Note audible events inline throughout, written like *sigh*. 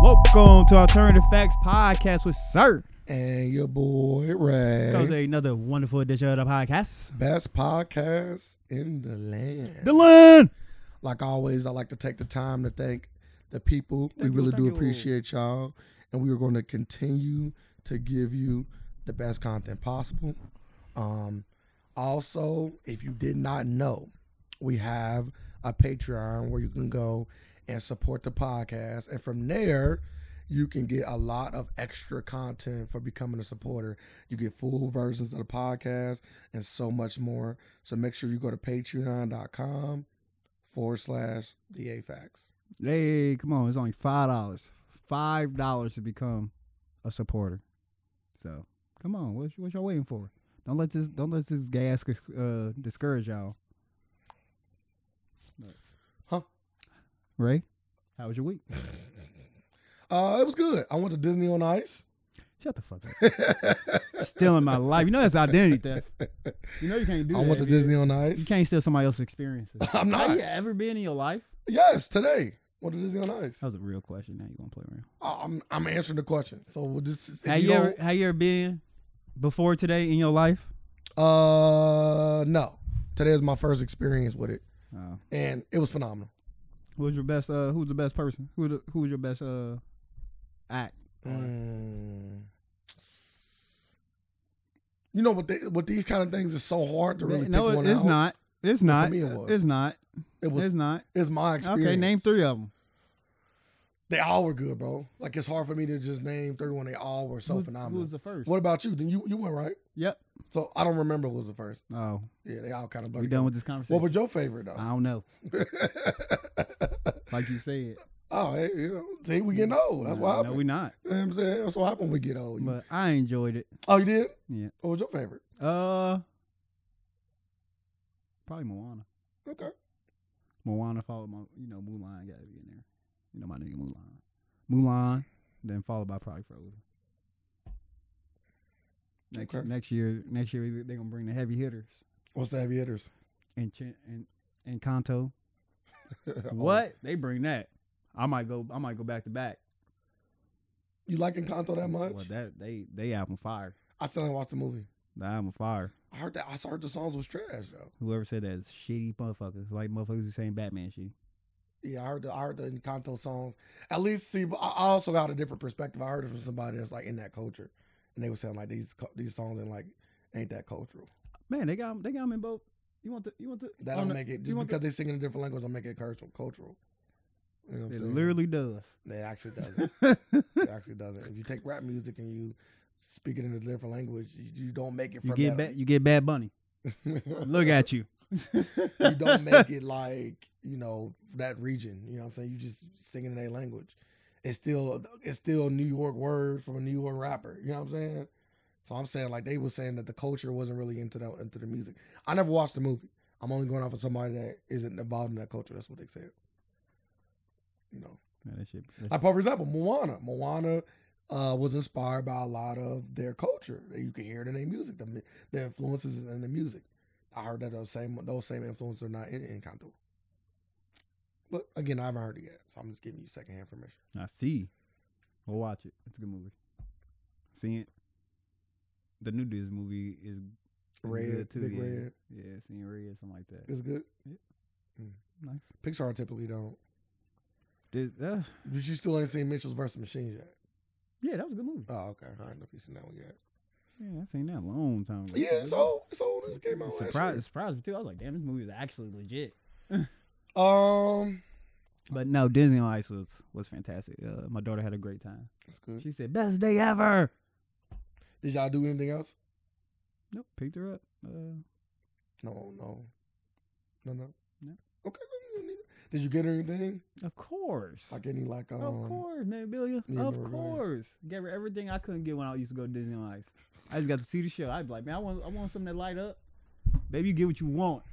Welcome to Alternative Facts Podcast with Sir. and your boy Comes Ray. another wonderful edition of the podcast. Best podcast in the land. Dylan! like always, I like to take the time to thank the people. Thank you, we really thank do you. appreciate y'all, and we are going to continue to give you the best content possible. Um, also, if you did not know, we have a Patreon where you can go and support the podcast, and from there. You can get a lot of extra content for becoming a supporter. You get full versions of the podcast and so much more. So make sure you go to patreon.com forward slash the AFAX. Hey, come on. It's only $5. $5 to become a supporter. So, come on. What, what y'all waiting for? Don't let this don't let this gas uh, discourage y'all. Huh? Ray, how was your week? *laughs* Uh, it was good. I went to Disney on Ice. *laughs* Shut the fuck up. Stealing my life. You know that's identity *laughs* theft. You know you can't do I that. went to if Disney on Ice. You can't steal somebody else's experiences. *laughs* I'm Have not. you ever been in your life? Yes, today. Went to Disney on Ice. That was a real question. Now you want to play around? I- I'm I'm answering the question. So we'll just if Have you you, ever, don't- have you ever been before today in your life? uh no. Today is my first experience with it, Oh. and it was phenomenal. Who's your best? Uh, who's the best person? Who the, who's your best uh, act? Mm. You know what? They, what these kind of things is so hard to really no, pick it- one it's out. not. It's not. me, it was. It's not. It was. it's not. It's my experience. Okay, name three of them. They all were good, bro. Like it's hard for me to just name three when they all were so who, phenomenal. Who was the first? What about you? Then you you went right. Yep. So I don't remember who was the first. Oh, Yeah, they all kind of we blurred. done with Uh, this What conversation. was your favorite I though? don't know. Like you *laughs* said. *laughs* oh, hey, you know, see, we getting old. That's no, what no, happened. we not. you know what I'm saying that's what happened when we get old. You- But I enjoyed it. oh, you did? Yeah. What was your favorite? Uh, probably Moana. Okay. Moana followed my, you know, Mulan got to be in there. You know my nigga Mulan. Mulan, then followed by probably Frozen. Next, Okay. next year, next year they're gonna bring the heavy hitters What's the heavy hitters? *laughs* and Chin and and Kanto. What they bring that? I might go. I might go back to back. You like Encanto that much? Well, that they they album fire. I still ain't watched the movie. The album fire. I heard that. I heard the songs was trash though. Whoever said that is shitty motherfuckers. Like motherfuckers who saying Batman shitty. Yeah, I heard the I heard the Encanto songs. At least see, but I I also got a different perspective. I heard it from somebody that's like in that culture, and they were saying like these co- these songs and like ain't that cultural. Man, they got 'em- they got 'em in both. You want the you want the That on don't the- make it you just want the- because they sing in a different language don't make it cultural. Cultural. You know what I'm It saying? literally does. It actually *laughs* doesn't. it actually doesn't. If you take rap music and you speak it in a different language, you, you don't make it. You from get that- bad, you get Bad Bunny. *laughs* Look at you. you don't make it like you know that region. You know what I'm saying? You just singing in their language. It's still it's still New York word from a New York rapper. You know what I'm saying? So I'm saying like they were saying that the culture wasn't really into the into the music. I never watched the movie. I'm only going off of somebody that isn't involved in that culture. That's what they said. You know, Man, that shit- that like for example, Moana. Moana uh, was inspired by a lot of their culture. You can hear it in their music, the, the influences in the music. I heard that those same those same influences are not in Encanto. But again, I haven't heard it yet, so I'm just giving you secondhand information. shit- I see. We'll watch it. It's a good movie. See it. The new Disney movie is, is Red, good too. Big yeah. Red. yeah, seeing red, something like that. It's good. Nice. Pixar typically don't. This- uh, But you still ain't seen Mitchell's versus Machines yet. yeah, that was a good movie. Oh, okay. I don't know if you seen that one yet. Yeah, I seen that a long time ago. Yeah, it's old. It's old. This came out It last surprised, it surprised me too. I was like, damn, this movie is actually legit. year. Um, But no, Disney on Ice was was fantastic. Uh, my daughter had a great time. that's good. She said, "Best day ever." Did y'all do anything else? Nope, picked her up. Uh, No, no, no, no. No. Okay. then you don't need it. Did you get her anything? of course, Like any like um? of course, memorabilia. yeah, of memorabilia. course, gave her everything I couldn't get when I used to go to Disney on Ice. I just got to see the show. I'd be like, man, I want, I want something that light up. Baby, you get what you want.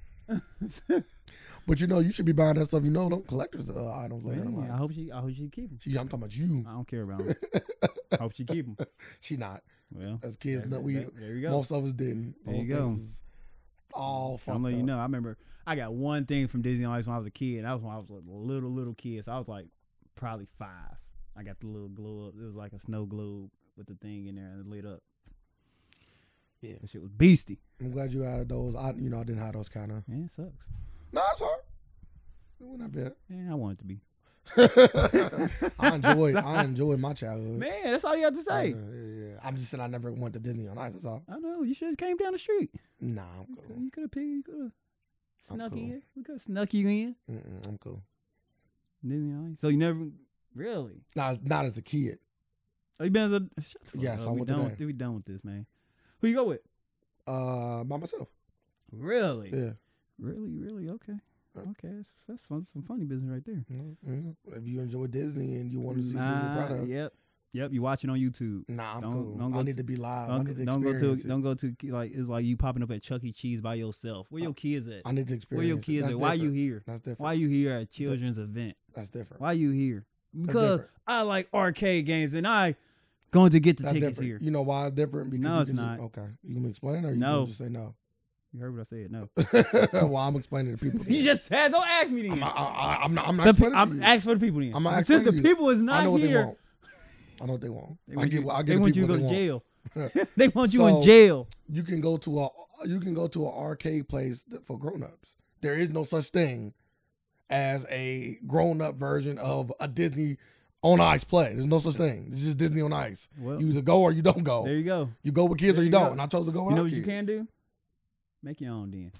*laughs* But you know, you should be buying that stuff. You know, them collectors uh, items later. Man, I'm I like, hope Uh, she, I hope she keep them. she, I'm talking about you. I don't care about *laughs* them. I hope she keep them. She not Well, as kids. that- no, we that- there you go. most of us didn't. There Most you go. things is All fucked I'm letting you up. know. I remember I got one thing from Disney on Ice when I was a kid. That was when I was a little little kid. So I was like probably five. I got the little glow up. It was like a snow globe with the thing in there and it lit up. Yeah. that shit was beastie. I'm glad you had those. I, you know, I didn't have those kind of. Man, it sucks. No, it's hard. It *laughs* wasn't that Man, I want it to be. bad. *laughs* *laughs* I enjoyed. I enjoyed my childhood. Man, that's all you have to say. Yeah, yeah, yeah. I'm just saying I never went to Disney on Ice. That's all. I know you should have came down the street. Nah, I'm You coulda- cool. You could have picked. You could have I'm snuck cool. in. We could have snuck you in. Mm-mm, I'm cool. Disney on Ice. So you never really. Not not as a kid. Oh, you been as a shut the fuck Yes, up. I we went to done that. with, we done with this, man. Who you go with? Uh, by myself. Really? Yeah. Really, really, okay. Uh, Okay, that's that's fun, some funny business right there. Mm-mm. Mm-hmm. If you enjoy Disney and you want to see Disney Nah, product, yep, yep. You watching on YouTube. nah, I'm Don't- cool. don't I go need to- to be live. I need to Don't, don't go experience to it. don't go to like it's like you popping up at Chuck E. Cheese by yourself. Where Uh, your kids at? I need to experience. Where your it. kids That's at? Why you different. here? That's different. Why you here at children's event? That's different. Why you here? That's Because different. I like arcade games and I going to get the That's tickets different. here. You know why it's different? Because No, you it's can not. Just, okay, you can explain or you No. can just say no. You heard what I said? *laughs* No, *laughs* well, I'm explaining to people. you just said don't ask me I'm then. not, I, I- I'm not, I'm The not pe- explaining to I'm you. ask for the people then. I'm not Since the explaining to you. people is I not know what they here, want. I know what they want. they I want get, you- I get they the want you people to go they to want. *laughs* jail. *laughs* they want you in So- jail. You can go to a you can go to an arcade place th- for grown-ups. There is no such thing as a grown-up version of a Disney on ice play. There's no such thing. It's just Disney on ice. Well, You either go or you don't go. there you go. You go with kids There or you, you don't. go. And I chose to go with You know our what you kids. can do? Make your own then.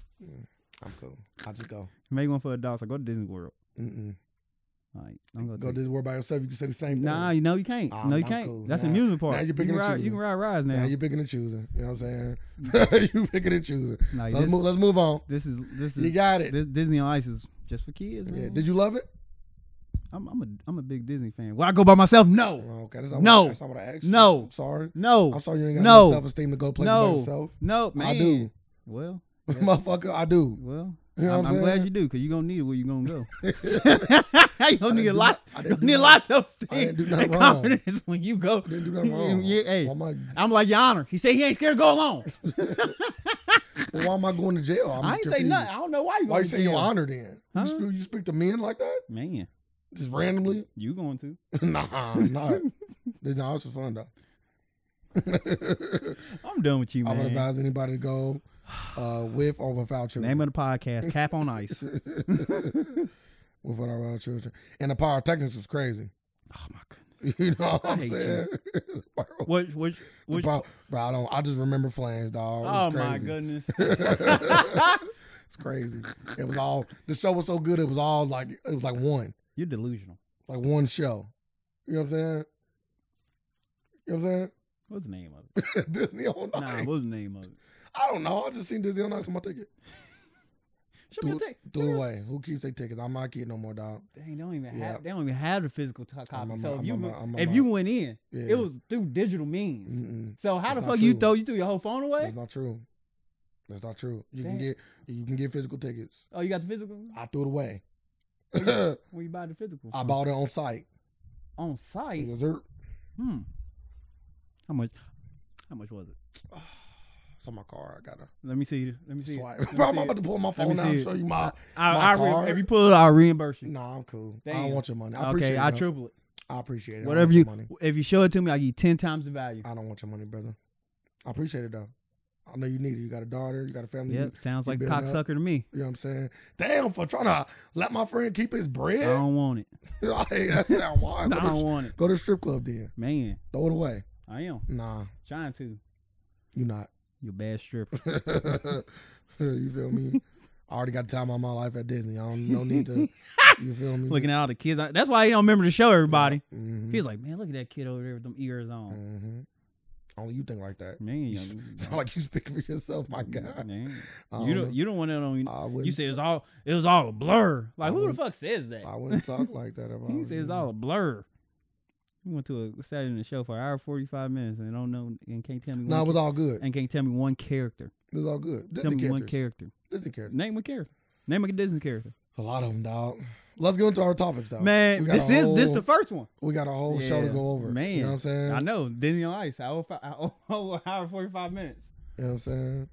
I'm cool. I just go. Make one for adults. Like go to Disney World. Mm-mm. Like don't go. Go to to this world by yourself. You can say the same thing. Nah, you know you can't. Nah, no, you I'm can't. cool. That's Nah. an amusement park. Now you're you, picking can and ride, you choosing. can ride rides now. Now you're picking and choosing. You know what I'm saying? *laughs* you picking and choosing. Mm-hmm. Like, So this, let's move. Let's move on. this is this You is got it. this Disney on Ice is just for kids. Man. Yeah. Did you love it? I'm, I'm a I'm a big Disney fan. Will I go by myself? No, Oh, okay. That's not No. What, that's not what I asked. you. No. I'm sorry. no, I'm sorry. You ain't got No. no self esteem to go play by No. yourself. no, man. I do, *laughs* Well, Yeah. motherfucker. I do. well, You know I'm, what I'm I'm glad saying? you do because you're gonna need it where you gonna *laughs* go. *laughs* you gonna need a do lot. no- You I didn't gonna do need a no- lot of I didn't self-esteem *laughs* do nothing and wrong. confidence when you go. Didn't do nothing wrong. *laughs* Yeah, hey. Why am I? I'm like your honor. He said he ain't scared to go alone. Why am I going to jail? I'm I ain't just say confused. nothing. I don't know why you. Why going you to say your jail. honor then? Huh? You, speak, you speak to men like that? Man, Just randomly? *laughs* you going to? nah, I'm not. *laughs* nah, it's for fun though. I'm done with you, *laughs* I would man. advise anybody to go *sighs* uh, with or without children. Name of the podcast: Cap on *laughs* Ice. *laughs* with or without children. And the pyrotechnics was crazy. *laughs* Oh my goodness. You know what I I'm hate saying? *laughs* What? What? The What? pow- bro, I don't. I just remember flames, dog. It Oh was my crazy. *laughs* goodness. *laughs* It's crazy. It was all. The show was so good. It was all like. It was like one. You're delusional. Like one show. You know what I'm saying? You know what I'm What's the name of *laughs* it? saying? Disney on Nah, Ice. what's the name of it? I don't know. I just seen Disney on Ice on my ticket. Show me Do your ticket. Threw it away. Who keeps their tickets? I'm not kid no more, dog. Dang, they don't even Yeah. have. They don't even have the physical t- I'm copy. a- So if I'm you a- went- I'm a- if you went in, Yeah. it was through digital means. Mm-mm. So how That's the not fuck you true. throw you threw your whole phone away? That's not true. That's not true. You Damn. can get you can get physical tickets. Oh, you got the physical. I threw it away. *laughs* I Where you buy the physical? from? bought it on site. on site. Dessert. Hmm. How much? How much was it? *sighs* It's on my car. I gotta Let me see. Let me see. swipe. Let me *laughs* Bro, I'm see it. about to pull my me phone out see and it. show you my. I, My I re- card? if you pull it, I'll reimburse you. Nah, I'm cool. I Damn. don't want your money. I appreciate okay, I it, though. triple it. I appreciate it. I Whatever don't you, want your money. if you show it to me, I give you ten times the value. I don't want your money, brother. I appreciate it though. I know you need it. You got a daughter. You got a family. Yep, sounds you like building up? cocksucker to me. You know what I'm saying? Damn, for trying to let my friend keep his I bread. don't want it. *laughs* hey, that sound I wild. Go, don't to, want it, go to the strip club then. man. Throw it away. I am Nah, trying to. you not. *laughs* You bad stripper. you feel me? *laughs* I already got the time of my life at Disney. I don't no need to. You feel me? Looking at all the kids. I- That's why he don't remember to show everybody. hmm He's like, man, look at that kid over there with them ears on. hmm Only you think like that. *laughs* Man, You young- sound like you speaking for yourself, Oh my God. man. I Mm-hmm. you don't don't. You don't want that on. know. I You wouldn't say it's all. It was all a blur. I Like who the wouldn't- fuck says that? I wouldn't *laughs* talk like that. If I He was says it's you. all a blur. We went to a Saturday Night Show for an hour forty five minutes and don't know and can't tell me. No, it one was cha- all good. and can't tell me one character. It was all good. tell me Disney one characters. character. Disney characters. Name a character. Name a Disney character. A lot of them, dog. Let's get into our topics, though. Man, we got this a is this whole- the first one. we got a whole show to Yeah, go over. man. you know what I'm saying? I know Disney on Ice. I owe, fi- *laughs* I owe, owe an hour forty five minutes. You know what I'm saying?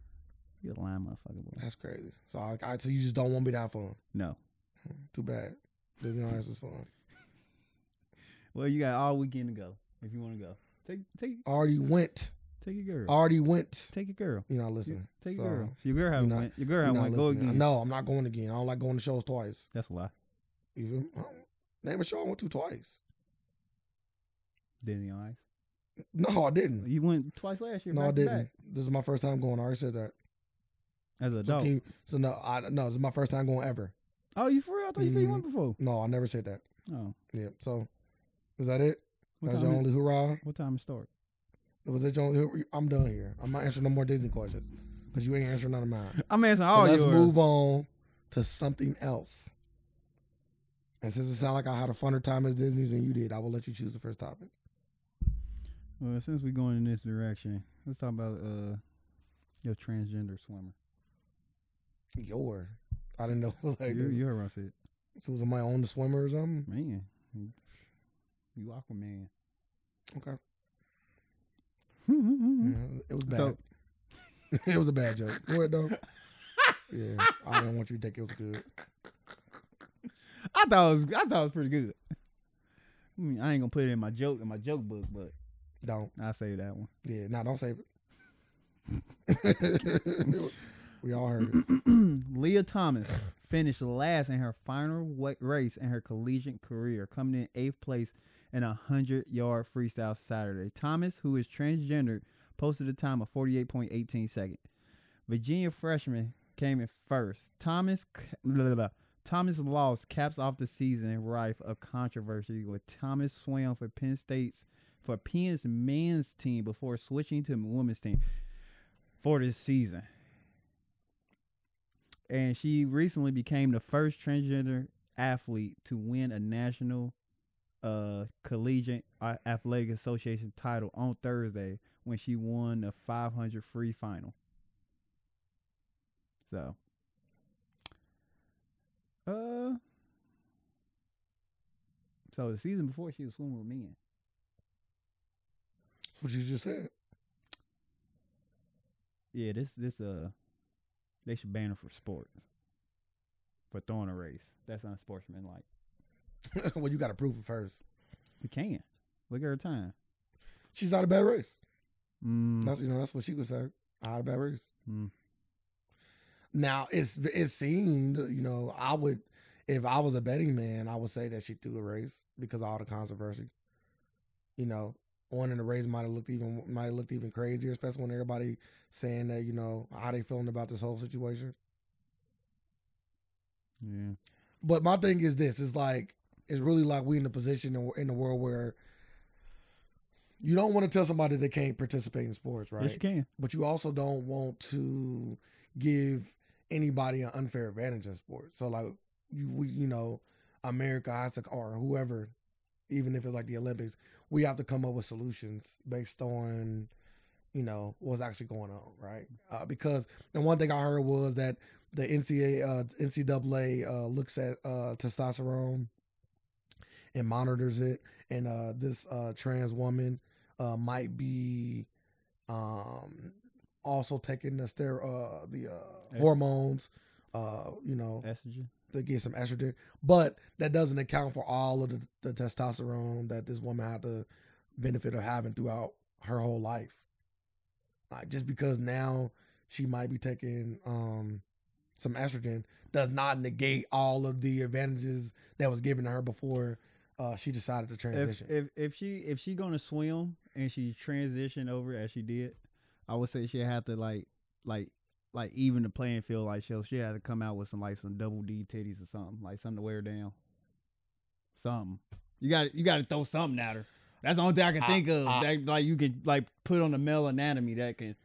You a lying motherfucker. Boy. That's crazy. So, I, I so you just don't want me to have fun. No, *laughs* Too bad. Disney on Ice was fun. Well, you got all weekend to go if you want to go. Take take Already went. take your girl. Already went. Take your girl. You're not listening. Take So, your girl. So your girl haven't not- went. Your girl you're haven't not went. Go listening. again. No, I'm not going again. I don't like going to shows twice. That's a lie. You feel me? Oh, Name a show I went to twice. Disney on Ice. No, I didn't. You went twice last year. Mm. No, I back to didn't. back, This is my first time going. I already said that. As an So, adult. can you, so no, I no. This is my first time going ever. oh, you for real? I thought you said you Mhm. went before. No, I never said that. Oh, Yeah. So is that it? what That's time? your Is, only hurrah. what time it start? Was that your only? I'm done here. I'm not answering no more Disney questions because you ain't answering none of mine. I'm answering So all let's yours. move on to something else. And since it sounds like I had a funner time at Disney's than you did, I will let you choose the first topic. Well, since we're going in this direction, let's talk about uh your transgender swimmer. Your, I didn't know. *laughs* Like, you, you heard what I said. so was my own swimmer or something? Man, you you Aquaman. Okay, Mhm. Yeah, it was *laughs* bad. So- *laughs* it was a bad joke. Go ahead though. yeah, I didn't want you to think it was good. I thought it was I thought it was pretty good. I mean, I ain't gonna put it in my joke in my joke book, but Don't. I say that one. Yeah, no, don't save it. *laughs* we all heard it. Leah Thomas finished last in her final wa- race in her collegiate career, coming in eighth place in a 100 yard freestyle Saturday. Thomas, who is transgendered, posted a time of 48.18 seconds. Virginia freshman came in first. Thomas c- blah, blah, blah. Thomas lost caps off the season rife of controversy with Thomas Swam for Penn State's for Penn's men's team before switching to women's team for this season. And she recently became the first transgender athlete to win a national uh, collegiate A- athletic association title on Thursday when she won the 500 free final. So, uh, so the season before she was swimming with men. That's what you just said. *laughs* Yeah, this this uh, they should ban her for sports for throwing a race. That's unsportsmanlike. well, you got to prove it first. You can look at her time. She's out of bad race. Mm, That's you know that's what she would say. Out of bad race. Mm. Now it's it seemed you know I would if I was a betting man I would say that she threw the race because of all the controversy. You know, winning the race might have looked even might have looked even crazier, especially when everybody saying that you know how they feeling about this whole situation. yeah, But my thing is this: it's like it's really like we in the position in, in the world where you don't want to tell somebody they can't participate in sports, right? yes, you can. But you also don't want to give anybody an unfair advantage in sports. So like you, we, you know, America has to, or whoever, even if it's like the Olympics, we have to come up with solutions based on. You know what's actually going on, right? Uh, because the one thing I heard was that the NCAA, uh, NCAA uh, looks at uh, testosterone and monitors it, and uh, this uh, trans woman uh, might be um, also taking the ster- uh, the uh, Est- hormones, uh, you know, Estrogen. to get some estrogen, but that doesn't account for all of the, the testosterone that this woman had the benefit of having throughout her whole life. Like just because now she might be taking um some estrogen does not negate all of the advantages that was given to her before uh she decided to If transition. if if she if she gonna swim and she transitioned over as she did, I would say she have to like like like even the playing field like she she had to come out with some like some double D titties or something like something to wear down. Something you got you got to throw something at her. That's the only thing I can I- think of. I- that, like you could like put on the male anatomy that can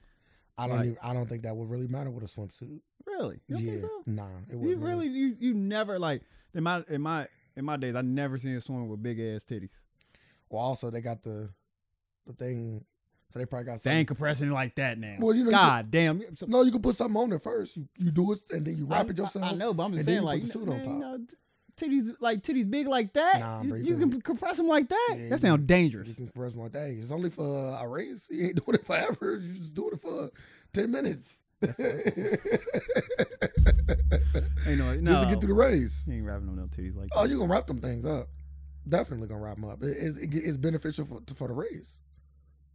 I don't like- even, I don't think that would really matter with a swimsuit. really. You don't yeah. think so? Nah, it You wouldn't really you you never like in my in my in my days I never seen a swimmer with big ass titties. Well also they got the the thing so they probably got They something ain't compressing it like that now. Well, you know, you God damn. So- No, you can put something on there first. You, you do it and then you wrap I- it yourself. I, I know, but I'm just and then saying, you like, put the n- suit on man, top. no, t- titties like titties big like that. Nah, you, bro, you you can- can compress them like that. Yeah, that you- sounds dangerous. You can press more days. It's only for a race. You ain't doing it forever. You just doing it for ten minutes. ain't no, no. *laughs* Just to get through the race. you ain't wrapping on no titties like Oh, that. you gonna wrap them things up. definitely gonna wrap them up. It, it, it's beneficial for, for the race.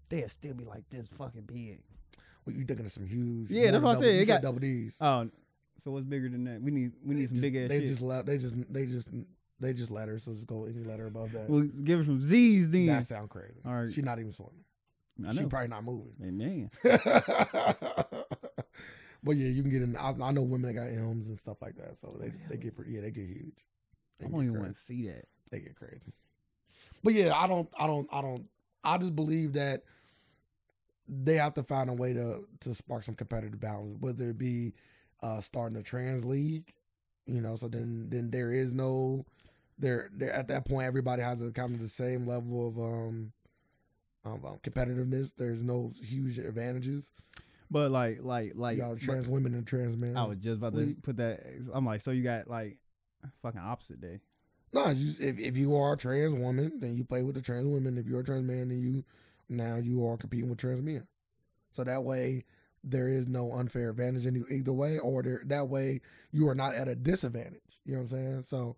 They'll still be like this fucking big. Well, you thinking of some huge? Yeah, that's more what I than said. double- It you said got- Oh, double D's. so what's bigger than that? We need we They need some just- big ass They shit. just let. They just. They just. They just letters. So just go any letter above that. we'll give her some Z's then. that sound crazy. All right. She not even swimming. I She know. probably not moving. Hey, man, *laughs* but yeah, you can get in. I, I know women that got M's and stuff like that, so Oh, they, they get pretty. Yeah, they get huge. They I get don't even crazy. want to see that. They get crazy. But yeah, I don't. I don't. I don't. I just believe that they have to find a way to to spark some competitive balance, whether it be uh starting a trans league, you know. So then then there is no there there at that point everybody has a kind of the same level of um. Of, um, competitiveness. There's no huge advantages. But like, like, like, Y'all but trans women and trans men. I was just about Well, to Mm. you- put that. I'm like, so you got like fucking opposite day. no, you, if if you are a trans woman, then you play with the trans women. If you're a trans man, then you now you are competing with trans men. So that way, there is no unfair advantage in you either way, or there, that way you are not at a disadvantage. You know what I'm saying? So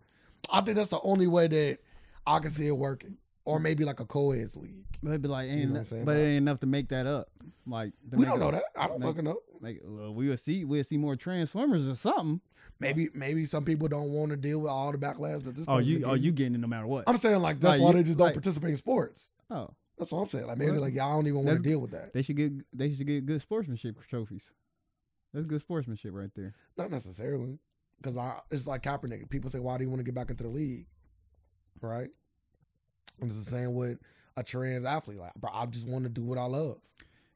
I think that's the only way that I can see it working, or maybe like a co-eds league. But it'd be like, ain't You know what enough- I'm saying? but it ain't enough to make that up. Like to We make don't up- know that. I don't make- fucking know. Like uh, we'll see, we'll see more transformers or something. Maybe maybe some people don't want to deal with all the backlash. But this Oh, person you, can oh, get- you getting it no matter what. I'm saying like that's Like, why you- they just don't like- participate in sports. Oh, That's what I'm saying. Like maybe Well, like y'all don't even want to that's- deal with that. they should get, they should get good sportsmanship trophies. That's good sportsmanship right there. Not necessarily, because I it's like Kaepernick. People say, why do you want to get back into the league, right? And it's the same with a trans athlete. Like, bro, I just want to do what I love.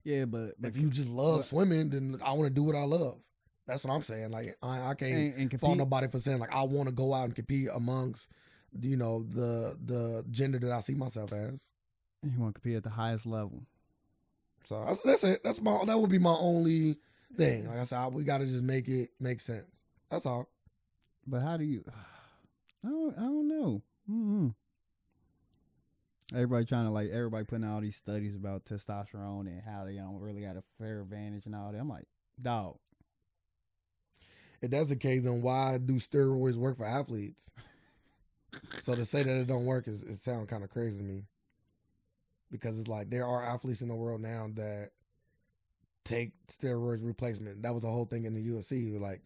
Yeah, but but if you just love but- swimming, then I want to do what I love. That's what I'm saying. Like I, I can't and, and fault compete, nobody for saying like I want to go out and compete amongst you know the the gender that I see myself as. you want to compete at the highest level. So that's, that's it. That's my that would be my only thing. Like I said, I, we got to just make it make sense. That's all. But how do you? *sighs* I don't. I don't know. Mm-hmm. Everybody trying to like everybody putting out all these studies about testosterone and how they don't really got a fair advantage and all that. I'm like, dog. If that's the case, then why do steroids work for athletes? so to say that it don't work is it sound kind of crazy to me. Because it's like there are athletes in the world now that take steroids replacement. That was the whole thing in the UFC, like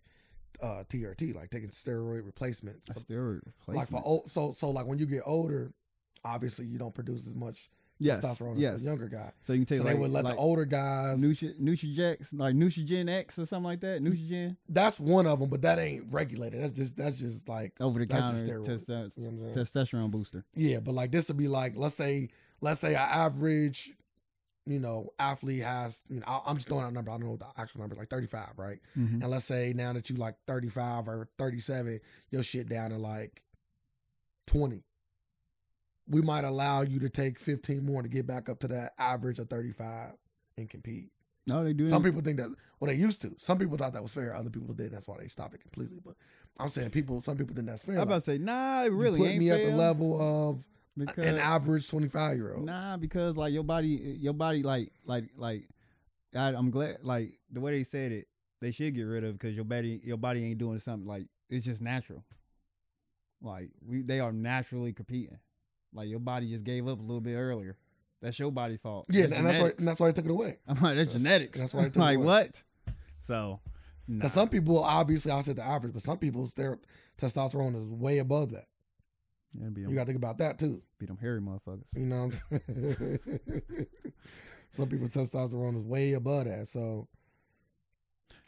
uh, TRT, like taking steroid replacements. That's steroid replacement. like for old, so so like when you get older, obviously you don't produce as much yes, testosterone yes. as the younger guy. So you can take so like, they would let like the older guys. Mm-hmm. Nutri- Nutrigex, like Nutrigen X or something like that. Nutrigen that's one of them, but that ain't regulated. That's just that's just like over the That's counter just testo- you know what I'm saying. testosterone booster. Yeah, but like this would be like let's say let's say an average, you know, athlete has you know I- I'm just throwing out a number. I don't know the actual number, like 35, right? Mhm. And let's say now that you like 35 or 37, your shit down to like 20. We might allow you to take 15 more to get back up to that average of 35 and compete. No, they do. Some it. people think that well they used to. Some people thought that was fair. Other people didn't. That's why they stopped it completely. But I'm saying people. Some people think that's fair. I'm about to Like, say, nah, it you really put ain't me fair at the level of because an average 25 year old. Nah, because like your body, your body, like, like, like, I, I'm glad, like the way they said it, they should get rid of because your body, your body ain't doing something like it's just natural. Like we, they are naturally competing. Like your body just gave up a little bit earlier. That's your body fault. Yeah, and that's why. genetics. And that's why they took it away. I'm like that's, that's- genetics. that's why *laughs* they took like away. what? So, nah. Because some people, obviously, I said the average, but some people's their testosterone is way above that. It'd be You got them, to think about that too. be them hairy motherfuckers. You know, what I'm saying? *laughs* some people's testosterone is way above that. So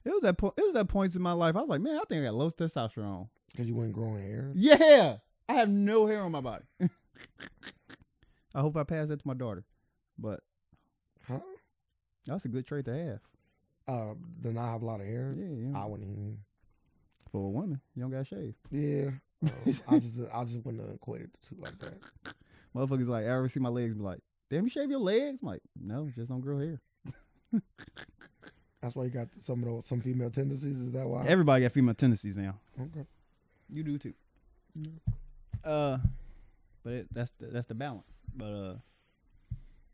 It was that point. It was that point in my life. I was like, man, I think I got low testosterone. because you weren't growing hair, Yeah. I have no hair on my body. *laughs* I hope I pass that to my daughter. But huh? that's a good trait to have. Uh, then I have a lot of hair. Yeah, yeah. I wouldn't even. Mm. For a woman, you don't gotta shave. Yeah, Um, *laughs* I just I just wouldn't have equated the two like that. Motherfuckers like, I ever see my legs be like, damn, you shave your legs? I'm like, no, just don't grow hair. That's why you got some of those some female tendencies. Is that why? Everybody got female tendencies now. Okay. Uh. You do too. Uh, but it, that's the, that's the balance. But uh,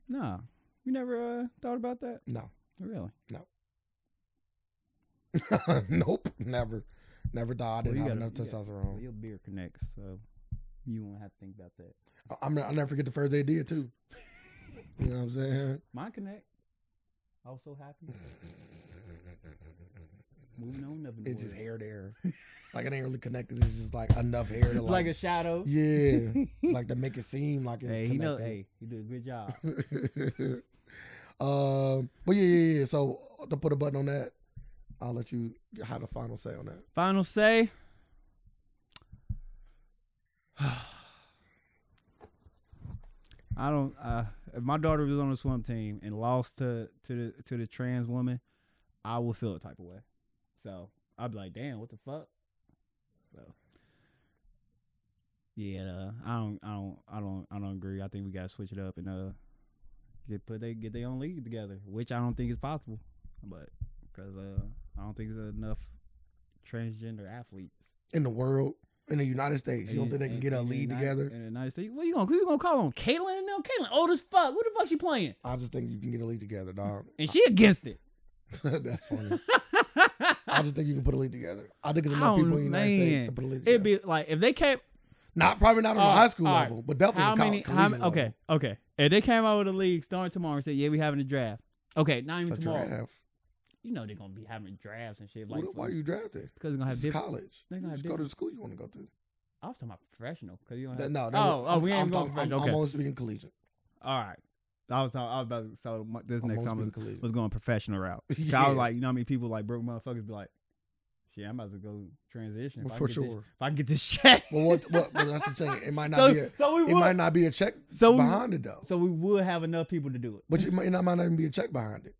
nah, you never uh, thought about that, No, really? nope, never, never died. I Well, didn't *laughs* you have gotta- enough you gotta- testosterone. Well, your beer connects, so You won't have to think about that. I- I'm not, I'll never forget the first day it did too. You know what *laughs* I'm saying? My Connect. I was so happy. Moving *laughs* on up in the It's just world. hair there. Like it ain't really connected. It's just like enough hair to like, *laughs* like a shadow. yeah, *laughs* like to make it seem like it's hey, he know. connected. Hey, he did a good job. *laughs* um, but yeah, yeah, yeah. So to put a button on that, I'll let you have the final say on that. Final say. *sighs* I don't. Uh, if my daughter was on the swim team and lost to to the to the trans woman, I would feel a type of way. So I'd be like, "Damn, what the fuck?" So yeah, uh, I don't, I don't, I don't, I don't agree. I think we gotta switch it up and uh get put they get their own league together, which I don't think is possible, but because uh, I don't think there's enough transgender athletes. In the world, in the United States, you don't think they can And- get a and lead United- together? And the United States, what you gonna who you gonna call on Caitlyn and them? Caitlyn old as fuck. Who the fuck she playing? I just think you can get a lead together, dog. And she against it. *laughs* That's funny. I just think you can put a league together. I think it's I enough people in don't- the United man. States to put a league together. *laughs* It'd be like if they came. not probably not on Oh, the high school all right. level, but definitely How the col- many? collegiate How, level. okay, okay. If they came out with a league starting tomorrow and said, "Yeah, we having a draft." Okay, not even A tomorrow. draft. You know they're gonna be having drafts and shit What- like. why are you drafting? Because they're gonna have This is different. college. they're gonna You have just go to different- the school you want to go to. I was talking about professional. Cause you don't That- have, no, that oh, was- oh, I'm, we ain't I'm, going talking, I'm, professional. Okay, I'm only speaking collegiate. all right. I was talking. I was about to, so my, this I'm next only time was, speaking *laughs* collegiate. was going professional *laughs* route. 'Cause I Yeah. was like, you know, how many people like broke motherfuckers be like, shit, I'm about to go transition. If Well, I for get this- sure. if I can get this check. *laughs* Well, what, what, well, that's the thing. It might not so, be. A, so we it would. might not be a check so we- behind it though. so we would have enough people to do it. but you might not might not even be a check behind it.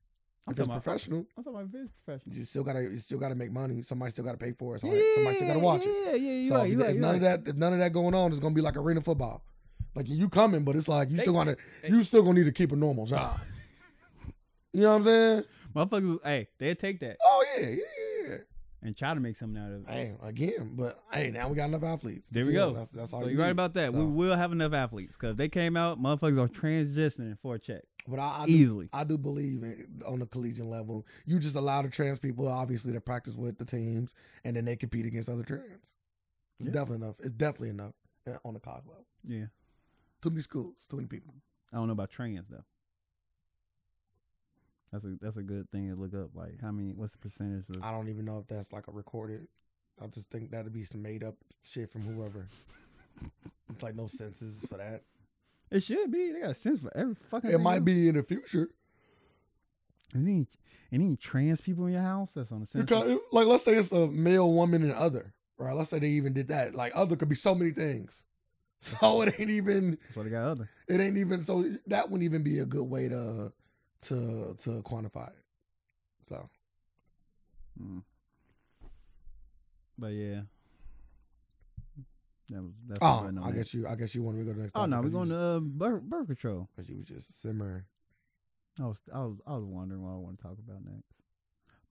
I'm if it's talking, about, professional, I'm talking about if it's professional. you still gotta you still gotta make money. Somebody still gotta pay for it. Somebody, somebody still gotta watch it. yeah, Yeah, yeah, you So right, if, you if right, you none right. of that if none of that going on, it's gonna be like arena football. Like you coming, but it's like you They- still gonna they- you still gonna need to keep a normal job. you know what I'm saying? Motherfuckers, hey, they'll take that Oh yeah, yeah, yeah, yeah. and try to make something out of it. Hey, again, but hey, now we got enough athletes. to There we fill. go. That's, that's all So you you're right need. about that. We So- will have enough athletes because they came out, motherfuckers are transitioning for a check But I, I do easily. I do believe it, on the collegiate level, you just allow the trans people obviously to practice with the teams, and then they compete against other trans. It's Yeah. definitely enough. It's definitely enough uh, on the college level. Yeah, Too many schools, too many people. I don't know about trans though. That's a that's a good thing to look up. Like, how many? What's the percentage of I don't even know if that's like a recorded. I just think that'd be some made up shit from whoever. it's like no senses for that. It should be. They got a sense for every fucking. It thing might else. be in the future Is any, any trans people in your house? That's on the sense. because, like, let's say it's a male, woman, and other. Right? Let's say they even did that. Like, other could be so many things. *laughs* So it ain't even. That's why they got other. It ain't even so that wouldn't even be a good way to to to quantify it. So Mm. But yeah. That was, that's my oh, button on I that. guess you I guess you want to go to the next. Oh no, we're topic going because to you uh, birth, birth control. just- because you was just simmering. I was, I was I was wondering what I want to talk about next.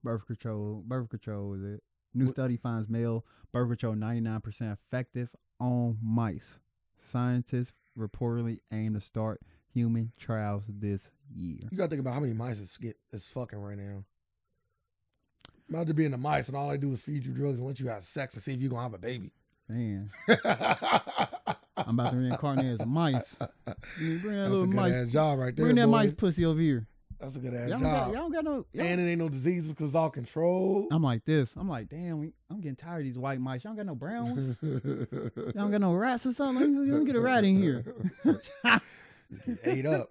Birth control. Birth control is it? New What- study finds male birth control ninety nine percent effective on mice. Scientists reportedly aim to start human trials this year. You gotta think about how many mice is get is fucking right now. About to be in the mice and all they do is feed you drugs and let you have sex and see if you gonna have a baby. Man, I'm about to reincarnate as *laughs* mice. You bring that That's little a good mice. ass job right there. bring that boy. mice pussy over here. That's a good ass Y'all don't, got, job. y'all don't got no. y'all- and it ain't no diseases cause it's all controlled. I'm like this. I'm like, damn, we, I'm getting tired of these white mice. Y'all don't got *laughs* no brown ones. Y'all don't got no rats or something. Let me, let me get a rat in *laughs* here. Get ate up.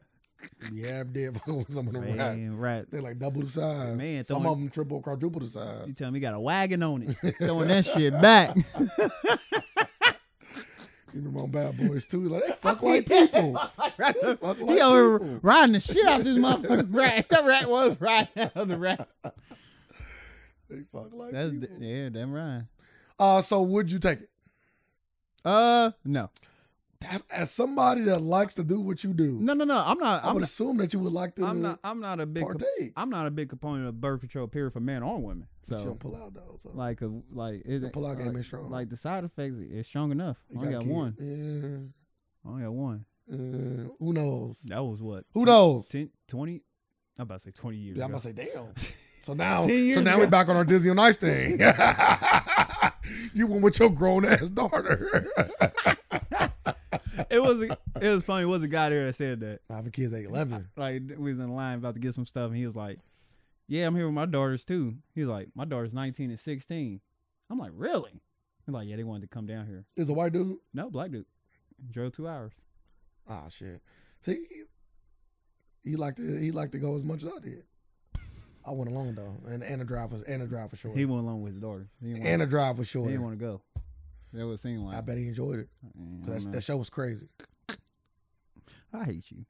Yeah, I'm dead *laughs* fucking with some of them rats. Man, rat. They're like double the size. Man, some throwing- of them triple, quadruple the size. You tell me you got a wagon on it. Throwing that shit back. You remember on Bad Boys too? Like *laughs* they *laughs* fuck like people. They Right. fuck like He over people. riding the shit out this motherfucking rat. *laughs* That rat was riding out of the rat. They fuck like That's people. yeah, damn right. uh, so would you take it? Uh, no, That's, as somebody that likes to do what you do, no, no, no. I'm not. I I'm would not. assume that you would like to I'm not. I'm not a big. comp- partake. I'm not a big component of birth control, period, for men or women. But you So don't pull out though. So. like a like the it, pull-out game like, is strong. like the side effects is strong enough. I You only got a got kid. one. Yeah, I only got one. yeah. Who knows? That was what? Who knows? 10, 20? I'm about to say twenty years. Yeah, I'm ago. about to say, damn. *laughs* So now, Ten years so now ago. we're back on our Disney *laughs* on Ice *laughs* thing. you went with your grown ass daughter. was a, it was funny. It was a guy there that said that. I have a kid's at eleven. Like we was in line about to get some stuff, and he was like, "Yeah, I'm here with my daughters too." He was like, "My daughter's 19 and 16." I'm like, "Really?" He's like, "Yeah, they wanted to come down here." Is a white dude? No, black dude drove two hours. Ah shit. See, he, he liked to he liked to go as much as I did. I went along though, and and a drive was and a drive for sure. He went along with his daughter. He didn't and want, a drive for he sure. didn't want to go. That was seem like. I bet he enjoyed it. Mm, I, 'Cause don't that, know. that show was crazy. I hate you.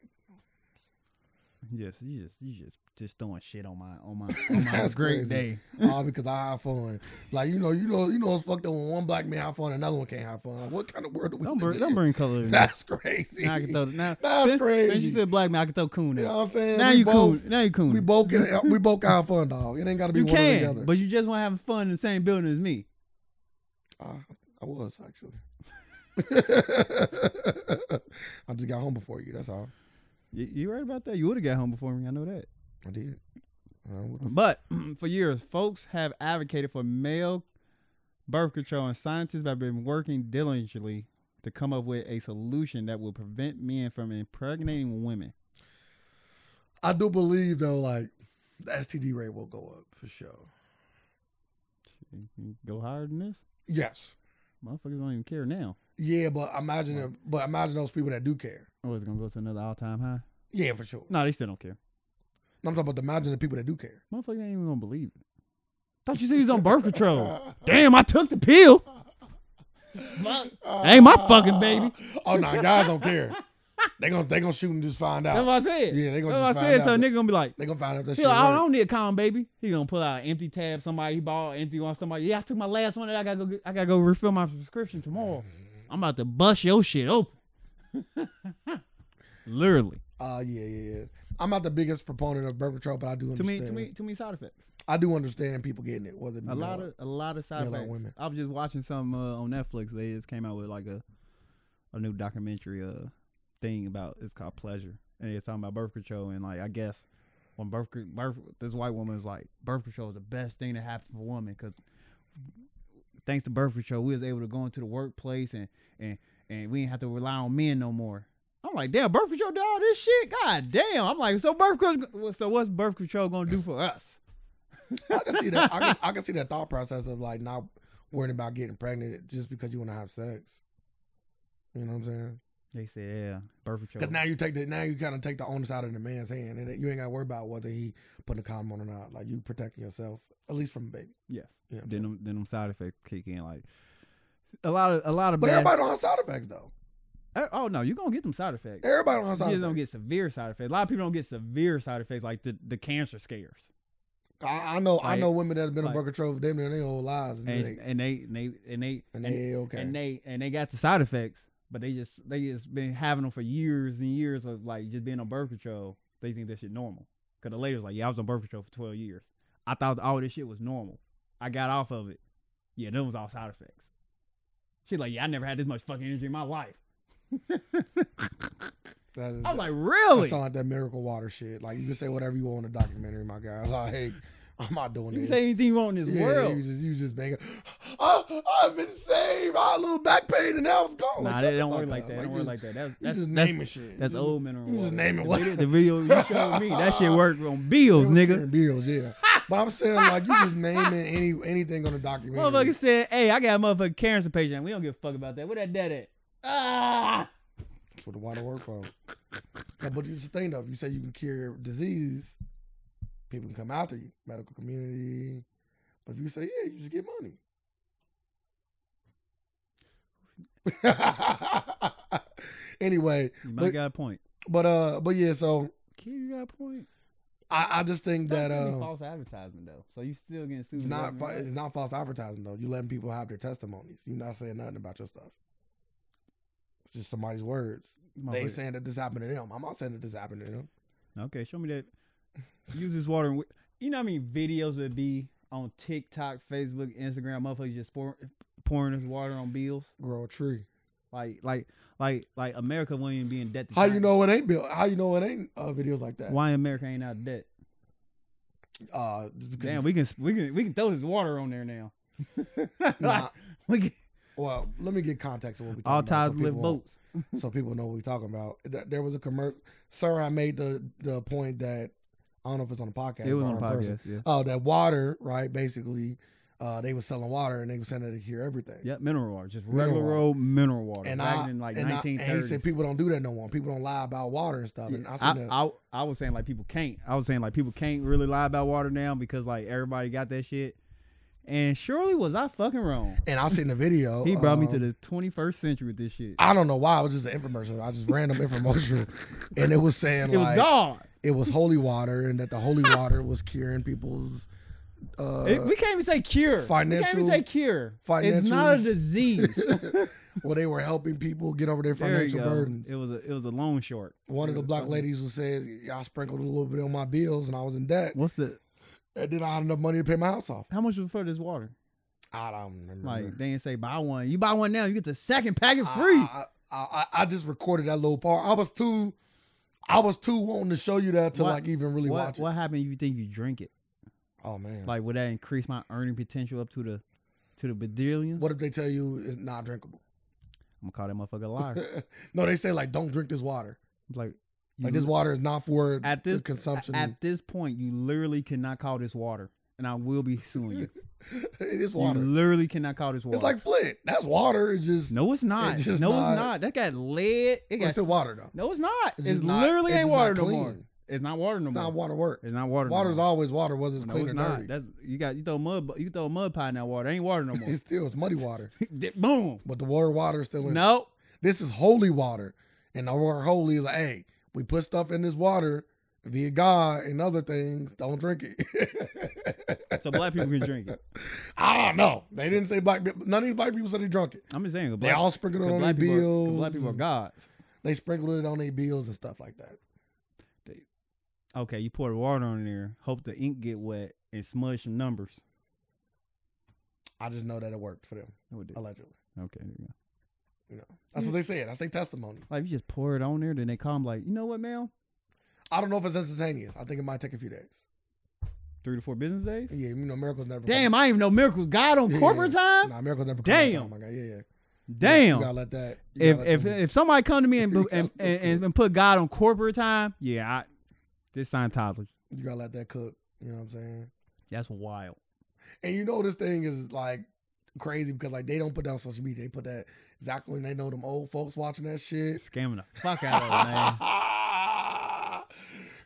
Yes, you just you just just throwing shit on my on *laughs* my on my That's great crazy. day. All because I have fun. Like you know, you know, you know, it's fucked up when one black man have fun, another one can't have fun. Like, what kind of world do we *laughs* Don't live bring, don't in? bring color. in this. That's crazy. Now I can throw now, *laughs* That's since, Since crazy. you said black man, I can throw coon. you in. know what I'm saying? now we you both, coon. Now you coon. We both can. We both can have fun, dog. It ain't got to be you one or the can, other. but you just want to have fun in the same building as me. Uh, I was *laughs* actually. I just got home before you. That's all You, you right about that? You would have got home before me. I know that. I did. Uh, what the f- But *clears throat* for years, folks have advocated for male birth control, and scientists have been working diligently to come up with a solution that will prevent men from impregnating women. I do believe though, like the STD rate will go up for sure. You can Go higher than this? Yes. Motherfuckers don't even care now. Yeah, but imagine, if, but imagine those people that do care. Oh, it's gonna go to another all time high? Yeah, for sure. No, they still don't care. I'm talking about the imagine the people that do care. Motherfuckers ain't even gonna believe it. Thought you said he was on birth control. *laughs* Damn, I took the pill. Ain't my fucking baby. Uh, *laughs* Oh no, guys don't care. They gonna they gonna shoot and just find That's out. what I said. Yeah, they gonna That's what just I find said. out. So a nigga gonna be like, they gonna find out that He shit. like, I work. don't need a condom, baby. He gonna pull out an empty tab. Somebody he bought empty on somebody. Yeah, I took my last one. And I gotta go. Get, I gotta go refill my subscription tomorrow. Mm-hmm. I'm about to bust your shit open. *laughs* Literally, Uh, yeah, yeah, yeah. I'm not the biggest proponent of birth control, but I do to me, understand. to me, to me, side effects. I do understand people getting it. Whether it be A lot male- of a lot of side male or effects. women. I was just watching some uh, on Netflix. They just came out with like a a new documentary uh thing about it's called Pleasure, and it's talking about birth control and like I guess when birth con- birth this white woman was like birth control is the best thing that happened for women because thanks to birth control we was able to go into the workplace and and and we didn't have to rely on men no more. I'm like, damn, birth control did all this shit. God damn. I'm like, so birth control, so what's birth control gonna do for us? I can see that. I can, I can see that thought process of like not worrying about getting pregnant just because you want to have sex. You know what I'm saying? They said, yeah, birth control. Because now you take the now you kind of take the onus out of the man's hand, and you ain't got to worry about whether he putting a condom on or not. Like you protecting yourself at least from a baby. Yes. You know what I'm Then them, then them side effects kick in like a lot of a lot of But bad. everybody don't have side effects though. Eh, oh no, you are gonna get them side effects. Everybody don't You have side just don't effects. get severe side effects. A lot of people don't get severe side effects like the, the cancer scares, I, I know I Like- know women that have been like- on birth control for damn near their whole lives, and, and they, and they and they and they and they okay. and they and they got the side effects, but they just they just been having them for years and years of like just being on birth control. They think that shit normal. Cause the lady's like, yeah, I was on birth control for twelve years. I thought all this shit was normal. I got off of it. Yeah, them was all side effects. She's like, yeah, I never had this much fucking energy in my life. That is- I was like, That really? sound like that miracle water shit. Like you can say whatever you want in a documentary, my guy. *laughs* Like I'm not doing You can this. say anything you want in this yeah, world. you just you just *gasps* make it. Oh, I've been saved. I had a little back pain and now it's gone. nah, shut that the don't fuck work like up. that. don't you work just- like that. That's you that's, just that's, naming shit. that's You old mineral. you just water. naming the what- Video, the video you showed me, that shit worked on bills, *laughs* just- nigga. *laughs* Bills, yeah. But I'm saying like you just naming any anything on a documentary. Motherfucker said, "Hey, I got a motherfucking cancer patient. We don't give a fuck about that. Where that dad at? Ah, That's what the water work for. Yeah, but it's the thing though. If you say you can cure disease, people can come after you. Medical community. But if you say yeah, you just get money. *laughs* anyway, you might Look- got a point. but uh, but yeah. So Kid, you got a point. I, I just think That's that that uh, false advertisement though. So you still getting sued? it's for not government fa- right? it's not false advertising though. You letting people have their testimonies. You're not saying nothing about your stuff. It's just somebody's words. They ain't Motherfucker. saying that this happened to them. I'm not saying that this happened to them. Okay, show me that. Use this water. And wi- you know what I mean? Videos would be on TikTok, Facebook, Instagram. Motherfuckers just pour, pouring this water on bills. Grow a tree. Like, like, like, like America won't even be in debt. To How you China. know it ain't built? How you know it ain't uh, videos like that? why America ain't out of debt? Uh, just *laughs* because Damn, we can we can we can throw this water on there now. Nah. we can, Well, let me get context of what we All ties talking about so live people won't- boats. so people know what we're talking about. Th- There was a commercial. Sir, I made the the point that I don't know if it's on the podcast. It was or on a in person. podcast. Yeah. Oh, that water, right? Basically, uh, they was selling water and they was sending it to cure everything. Yeah, mineral water, just Mineral regular water. old mineral water. And back I- in like And, I, and 1930s. he said people don't do that no more. People don't lie about water and stuff. And I said, I, I, I was saying like people can't. I was saying like people can't really lie about water now because like everybody got that shit. And surely was I fucking wrong? and I seen the *laughs* video. He brought me to um, the 21st century with this shit. I don't know why. It was just an infomercial. I just *laughs* random infomercial, and it was saying it was like God. it was holy water, and that the holy water was curing people's. Uh, It- we can't even say cure. we can't financial- even say cure. it's financial- not a *laughs* disease. well, they were helping people get over their there you financial go. burdens. It was a it was a loan shark. One of the black ladies was said, "Y'all sprinkled a little bit on my bills, and I was in debt, What's the and then I had enough money to pay my house off." how much was for this water? I don't remember. Like they didn't say buy one. You buy one now, you get the second packet I- free. I, I, I, I just recorded that little part. I was too, I was too wanting to show you that to What- like even really what watch it. what happened if you think you drink it? Oh man! Like would that increase my earning potential up to the to the bedillions? what if they tell you it's not drinkable? I'm gonna call that motherfucker a *laughs* liar. no, they say like don't drink this water. like Like this you- water is not for at the this consumption. at this point you literally cannot call this water, and I will be *laughs* suing you. *laughs* it is water. You literally cannot call this water. It's like Flint. That's water. It's just No, it's not. It's just no, not- it's not. That got lead. It Well, got it's still water though. no, it's not. It's, just not- literally it's ain't just water not no more. clean. It's not water no It's more. not water work. It's not water. Water's no more. always water, whether it's No, clean it's or not. dirty. That's you got you throw mud. You throw mud pie in that water. It ain't water no more. *laughs* It's still it's *laughs* muddy water, Boom. but the water water is still in. it. Nope. This is holy water, and the word holy is like, hey, we put stuff in this water via God and other things. Don't drink it. *laughs* So black people can drink it. I don't know. They didn't say black. people. None of these black people said they drunk it. I'm just saying. 'cause They Black, all sprinkled it 'cause on their black people, are- 'cause bills. black people are and gods. They sprinkled it on their bills and stuff like that. Okay, you pour the water on there. Hope the ink get wet and smudge some numbers. I just know that it worked for them That would do. allegedly. Okay, there you go. That's what they said. I say testimony. Like you just pour it on there, then they call 'em like, you know what, ma'am? I don't know if it's instantaneous. I think it might take a few days. Three to four business days. Yeah, you know, miracles never. Damn, I didn't even know miracles God on Yeah. corporate come. time. Nah, miracles never. Damn. Come. Oh my God. Yeah, yeah. Damn. You gotta let that. you if gotta let if them- if somebody come to me and *laughs* You and, and, gotta let and, and put God on corporate time, yeah, I, this Scientology. you gotta let that cook. You know what I'm saying? That's wild. And you know this thing is like crazy because like they don't put that on social media. They put that exactly when they know them old folks watching that shit. Scamming the fuck out of us, man. *laughs*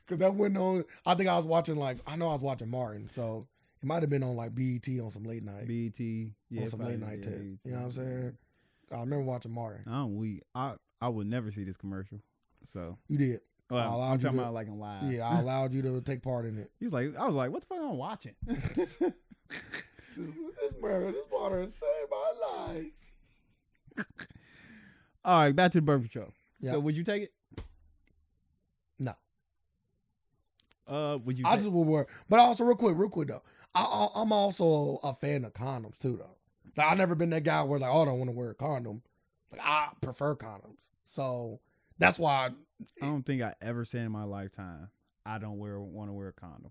Cause that went on. I think I was watching like I know I was watching Martin, so it might have been on like BET on some late night. BT, E yeah, on some late probably, night yeah, tip. BET. You know what I'm saying? I remember watching Martin. I'm weak. I I would never see this commercial. So You did. well, allowed I'm you talking to- about like in live. Yeah, I allowed you to take part in it. He's like, I was like, what the fuck am I *laughs* watching? *laughs* this, *laughs* this, murder, this water has saved my life. All right, back to the burger show. Yeah. So would you take it? No. Uh, would you? I take- just will wear, but also real quick, real quick though. I, I, I'm also a fan of condoms too though. Like I never been that guy where like oh, I don't want to wear a condom. Like I prefer condoms, so that's why. I don't think I ever said in my lifetime I don't wear want to wear a condom.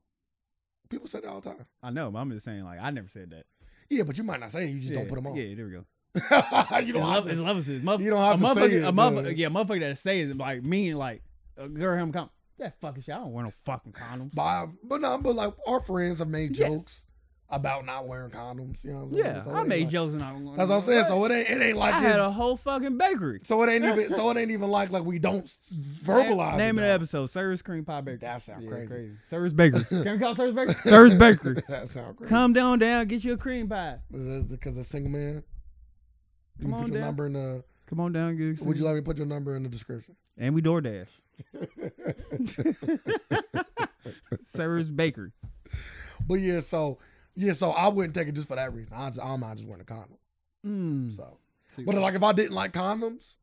people say that all the time. I know, but I'm just saying like I never said that. Yeah, but you might not say it. You just yeah, don't put them on. Yeah, there we go. *laughs* you It's don't have love, it's to. love assist. Motherf- you don't have a to say motherfucker- it, a motherfucker- man. yeah, a motherfucker that says it like mean like a girl him come that fucking shit. I don't wear no fucking condoms. But, I- but no, but like our friends have made Yes. jokes about not wearing condoms. You know what I'm saying? yeah, So it I ain't made like- jokes and I don't. That's what I'm saying. So it ain't it ain't like I it's, had a whole fucking bakery. so it *laughs* ain't even so it ain't even like like we don't s- verbalize. Name, name of it, the though. episode: Service Cream Pie Bakery. That sound crazy. Service *laughs* Bakery. Can we call it Service Bakery? Service Bakery. *laughs* that sound crazy. Come down down, get you a cream pie. Is that because a single man? You Come can put on your down. number in the. Come on down, get a Would you let me put your number in the description? *laughs* And we *laughs* DoorDash. Service Bakery. But yeah, so yeah, so I wouldn't take it just for that reason. I just, I might just wearing a condom. Mm. So, but like if I didn't like condoms,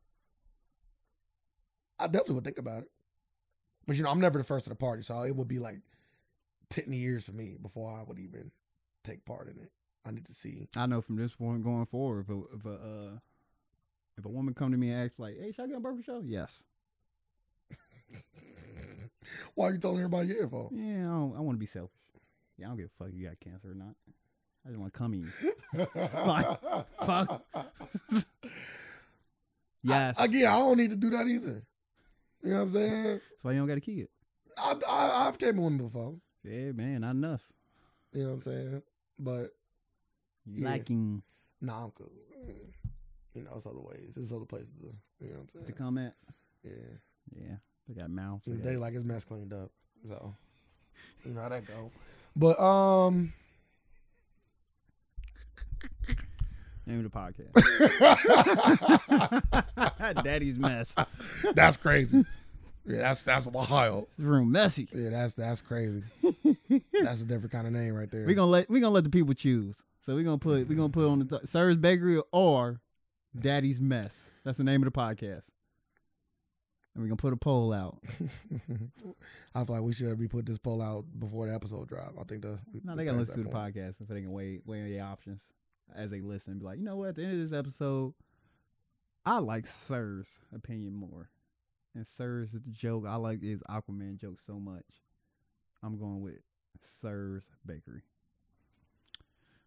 I definitely would think about it. But you know, I'm never the first at the party, so it would be like ten years for me before I would even take part in it. I need to see. *laughs* I know from this point going forward, if a, if a uh, if a woman come to me and ask like, "Hey, should I get a burger show?" Yes. Why are you telling everybody your info? *laughs* Yeah, I, don't, I want to be selfish. Yeah, I don't give a fuck if you got cancer or not. I just want to come *laughs* in. Fuck. Yes. Again, I don't need to do that either. You know what I'm saying? That's why you don't got a kid. I, I, I've came with women before. Yeah, man, not enough. You know what I'm saying? But You Yeah. Lacking nah, I'm cool. You know, it's other ways. It's other places. To, you know what I'm the saying? comment. Yeah. Yeah, they got mouths. They They, *laughs* got, like his mess cleaned up. So you know how that go. But um *laughs* name of the podcast. *laughs* Daddy's mess. That's crazy. Yeah, that's that's wild. This room *laughs* messy. Yeah, that's that's crazy. That's a different kind of name right there. *laughs* We gonna let we gonna let the people choose. So we gonna put we gonna put on the t- Sir's Bakery or Daddy's Mess. That's the name of the podcast. And we gonna put a poll out. I feel like we should be put this poll out before the episode drop. I think the No, they gotta listen to the podcast if they can weigh weigh their options as they listen. and Be like, you know what? At the end of this episode, I like Sir's opinion more, and Sir's joke I like his Aquaman joke so much. I'm going with Sir's Bakery.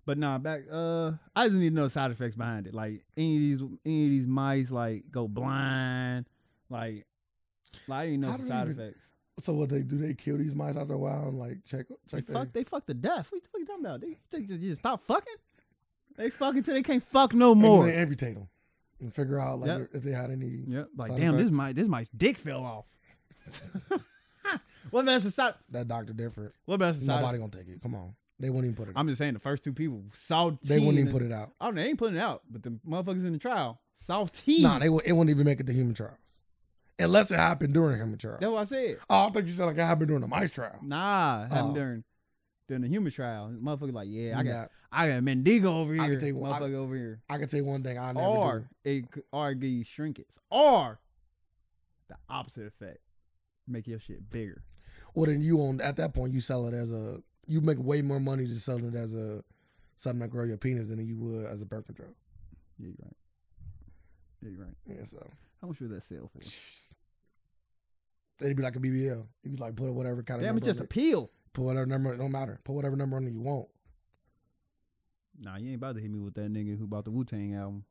But nah, back. Uh, I just need to know the side effects behind it. Like any of these any of these mice like go blind. Like, like I didn't know How the do they side even- effects. So what they do? They kill these mice after a while and like check They check. their- fuck. They fuck to death. What the fuck you talking about? They, they just, just stop fucking. They fucking till they can't fuck no and then more. They amputate them and figure out like Yep. if they had any. Yep. Like Side damn, this effects. my this my dick fell off. *laughs* what if that's the side? That doctor different. What if that's the side? Nobody gonna take it. Come on, they wouldn't even put it. I'm just saying the first two people saw. They wouldn't even put it out. Oh, they ain't putting it out, but the motherfuckers in the trial saw tea. Nah, they would, it wouldn't even make it to human trials, unless it happened during human trials. that's what I said. Oh, I thought you said like it happened during the mice trial. Nah, happened Oh. during during the human trial. Motherfucker, like yeah, I got Nah, I got Mendigo over here. I can tell you what, I- motherfucker over here. I can tell you one thing. I never or it could- or it give you shrinkage, or the opposite effect, make your shit bigger. do. Well, then you on at that point you sell it as a you make way more money just selling it as a something that grow your penis than you would as a birth control. Yeah, you're right. Yeah, you're right. Yeah, so How much would that sell for? it'd be like a BBL. You'd like put whatever kind of Damn, number it's just a on it. peel. put whatever number. It don't matter. Put whatever number on it you want. Nah, you ain't about to hit me with that nigga who bought the Wu Tang *laughs* album.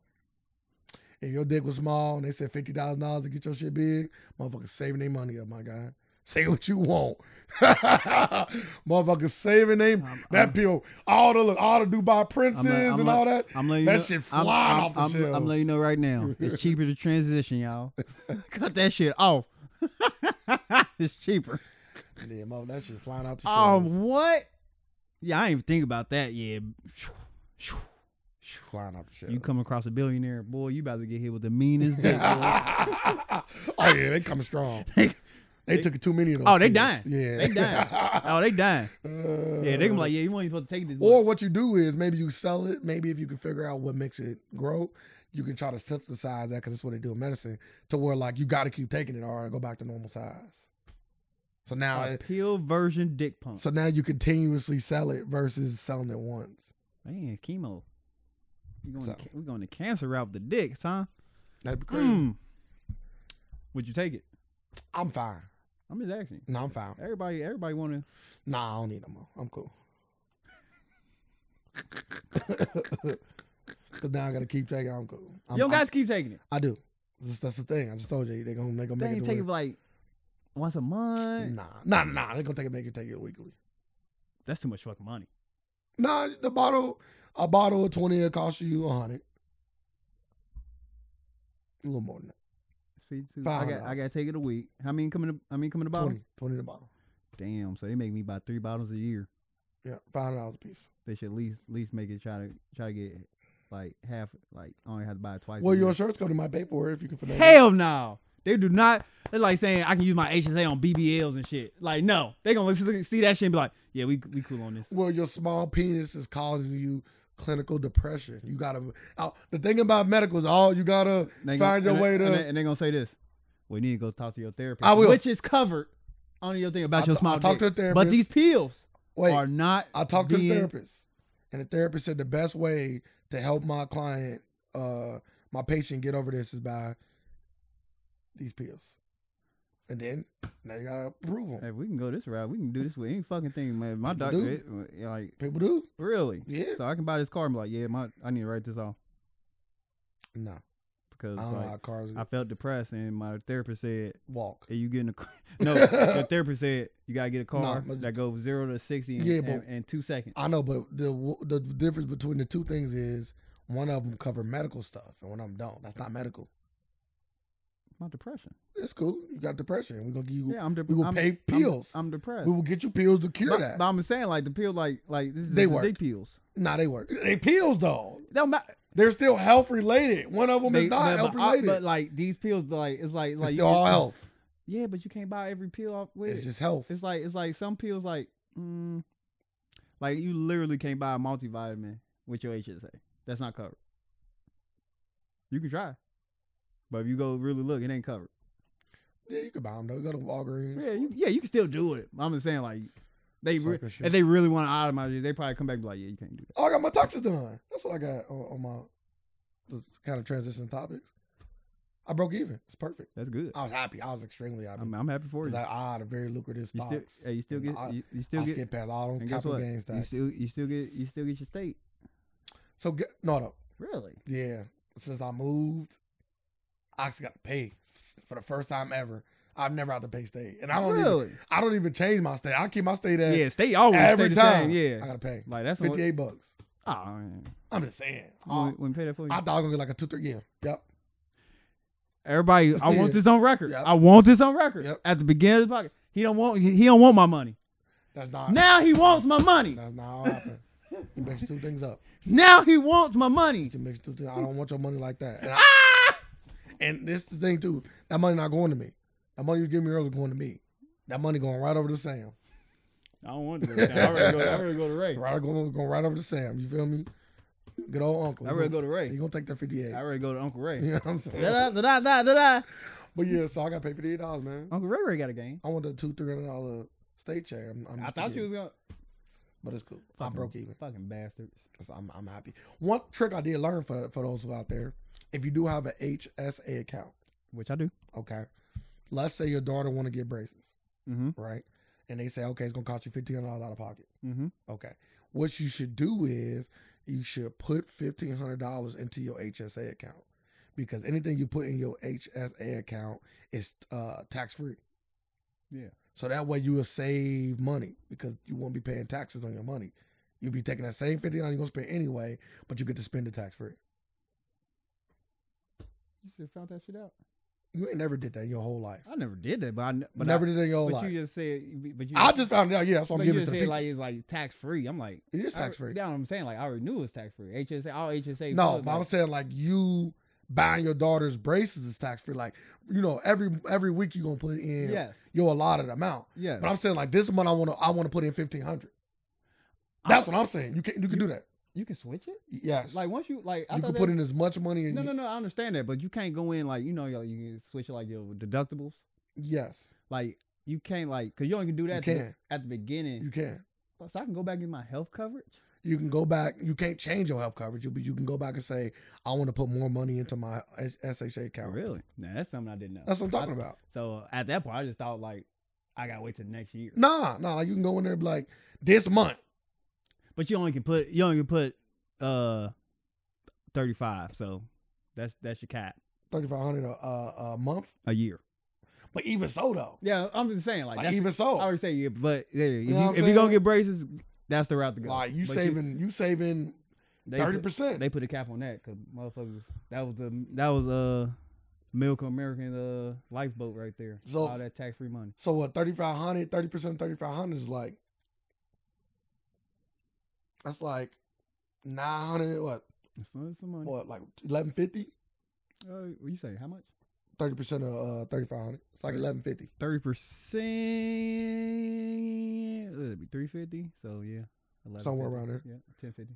If your dick was small and they said fifty thousand dollars to get your shit big, motherfuckers saving their money up, my guy. Say what you want. *laughs* motherfuckers saving them I'm- that I'm- pill, all the look, all the Dubai princes I'm and a- all that. I'm letting That you know, shit I'm, flying I'm- off the I'm- I'm shelves. letting you know right *laughs* now. It's cheaper to transition, y'all. Cut that shit off. *laughs* it's cheaper. Yeah, mother, that shit flying out the Oh, shelves. what? Yeah, I didn't even think about that. Yeah. flying out the shelves. You come across a billionaire, boy, you about to get hit with the *laughs* meanest dick. boy. *laughs* oh yeah, they coming strong. They, They- took too many of those. Oh, they pills. dying. Yeah, They *laughs* dying. oh, they dying. Uh, Yeah, they gonna be like, yeah, you weren't supposed to take this. Or what you do is maybe you sell it. Maybe if you can figure out what makes it grow, you can try to synthesize that because that's what they do in medicine. To where like you got to keep taking it or it'll go back to normal size. So *laughs* now, a it, pill version dick pump. so now you continuously sell it versus selling it once. Man, chemo. You going So. to, we're going to cancer route the dicks, huh? That'd be crazy. Mm. Would you take it? I'm fine. I'm just asking. No, I'm fine. Everybody, everybody want to. Nah, I don't need no more. I'm cool. *laughs* Cause now I gotta keep taking. I'm cool. I'm, You don't I, got to keep taking it. I do. That's, that's the thing. I just told you they gonna they gonna They make it. ain't to take where- it like once a month. Nah, nah, nah. They gonna take it. Make it take it weekly. That's too much fucking money. Nah, the bottle, a bottle of twenty will cost you a hundred. A little more than Speed two. I Five got, I dollars. got to take it a week. How many coming? To, how many coming to that. bottle? 20, 20 the bottle. Damn. So they make me buy three bottles a year. Yeah, five hundred dollars a piece. They should at least, at least make it try to, try to get like half. Like I only have to buy it twice. Well, a year. your insurance company might pay for it if you can finesse. it. Hell no. They do not. It's like saying I can use my HSA on BBLs and shit. Like no, they gonna listen, see that shit and be like, yeah, we we cool on this. Well, your small penis is causing you clinical depression. You gotta. Uh, the thing about medical is all you gotta They gonna- find your and they- way to. and they, and they gonna say this. We need to go talk to your therapist, I will. which is covered on your thing about I your t- small I talked dick. to a therapist. But these pills wait, are not. I talked to the being- therapist, and the therapist said the best way to help my client, uh, my patient, get over this is by these pills. and then now you gotta approve them. Hey, we can go this route. We can do this with any fucking thing, man. My doctor, Do. it- like, People do, really. yeah. So I can buy this car and be like, yeah, my I need to write this off No, I because don't know how like, cars I felt depressed and my therapist said, walk. "Are you getting a car?" *laughs* no?" *laughs* the therapist said, "You gotta get a car but- that goes zero to sixty in, Yeah, but- in- in two seconds." I know, but the the difference between the two things is one of them cover medical stuff and one of them don't. That's not medical. my depression. It's cool. You got depression. We're gonna give you. Yeah, I'm. De- we will I'm, pay I'm- pills. I'm, depressed. we will get you pills to cure but, that. but I'm saying like the pill, like like this is They just work. the dick pills. nah, they work. They pills though. Don't matter. They're still health related. One of them They- is not but- uh, health but, I- related. but, like these pills, like it's like it's like still all can- health. Yeah, but you can't buy every pill off with. It's it. just health. It's like it's like some pills like mm, like you literally can't buy a multivitamin with your HSA. That's not covered. You can try. But if you go really look, it ain't covered. yeah, you can buy them though. Go to Walgreens. Yeah, you, yeah, you can still do it. I'm just saying like they Sucker re- shit. if they really want to itemize you, they probably come back and be like, yeah, you can't do that. Oh, I got my taxes done. That's what I got on, on my. This kind of transition topics. I broke even. It's perfect. That's good. I was happy. I was extremely happy. I'm, I'm happy for you. Because I, I had a ah, very lucrative you stocks. still, hey, you still And get, I, you, you still I get, skipped past all them and guess capital what? gains You taxes. still, you still get, you still get your state. so get, no, no, Really? yeah. Since I moved, I actually got to pay s- for the first time ever. I've never had to pay state, and I don't even. really. I don't even change my state. I keep my state at yeah, state always every stay the time. same. I Yeah, gotta pay like that's what. fifty eight bucks. Oh, man. I'm just saying. You I, wouldn't- wouldn't pay that for you. Um, I thought I was gonna get like a two three. Yeah, yep. Everybody, I Yeah. want this on record. Yep. I want this on record. Yep. At the beginning of the podcast, he don't want he, he don't want my money. That's not. Now he wants my money. That's not how it happened. You mix two things up. Now he wants my *laughs* money. You mix two things. I don't want your money like that. And I- Ah! And this the thing too. That money not going to me. That money you give me earlier going to me. That money going right over to Sam. I don't want to. Go to Sam. I already go. I already go to Ray. Right going, going right over to Sam. You feel me? Good old uncle. I already go to He Ray. gonna take that fifty eight. I already go to Uncle Ray. *laughs* You know what I'm saying? Da da da da da da. but yeah, so I got paid fifty eight dollars, man. Uncle Ray Ray got a game. I want the two three hundred dollar state chair. I'm, I'm I just thought you kidding. was Uh-huh. gonna. but it's cool. I broke even. Fucking bastards. So I'm I'm happy. One trick I did learn for for those who out there, if you do have an HSA account, Which I do. okay, let's say your daughter want to get braces, Mm-hmm. right? And they say, okay, it's gonna cost you fifteen hundred dollars out of pocket. Mm-hmm. Okay. What you should do is you should put fifteen hundred dollars into your HSA account because anything you put in your HSA account is uh, tax free. Yeah. So that way you will save money because you won't be paying taxes on your money. You'll be taking that same fifteen dollars you're gonna spend anyway, but you get to spend it tax free. You should have found that shit out. You ain't never did that in your whole life. I never did that, but I kn- but never I, did that in your whole But life. you just said. But you. I just found it out. Yeah, that's what But I'm you giving it just to said people. like it's like tax free. I'm like. it is I- tax free. Yeah, I'm saying like I already knew it was tax free. HSA, all HSA. No, was, but I'm like- saying like you buying your daughter's braces is tax free. Like you know, every every week you gonna put in yes, your allotted amount. yes. But I'm saying like this month I want to I want to put in fifteen hundred. That's what I'm saying. You can you can do that. you can switch it. Yes, Like once you like, I you thought can that, put in as much money. As No, you, no, no. I understand that, but you can't go in like you know you you can switch like your deductibles. Yes, Like you can't like because you only can do that You at the- can. at the beginning. you can. so I can go back and get my health coverage. You can go back. You can't change your health coverage, but you can go back and say I want to put more money into my S- SHA account. Really? Nah, that's something I didn't know. That's what I'm talking I- about. So at that point, I just thought like I gotta wait till next year. Nah, nah. Like you can go in there and be like this month. But you only can put you only can put uh thirty five. So that's that's your cap Thirty five hundred a, a a month, a year. but even so though, Yeah, I'm just saying like, like that's even so, I already say yeah, but yeah, if know you, what I'm if you gonna saying? get braces, that's the route to go. Like you But saving, you, saving they put- thirty percent. They put a cap on that because motherfuckers. That was the that was uh Milk American uh lifeboat right there. So- All that tax free money. So what? Thirty five hundred, thirty percent, thirty five hundred is like that's like nine hundred. What? It's not some money. What? Like eleven fifty. Uh, what you say? How much? Thirty percent of uh, thirty five hundred. It's like eleven fifty. Thirty percent. It'd be three fifty. So yeah, 11, Somewhere around there. Yeah, ten fifty.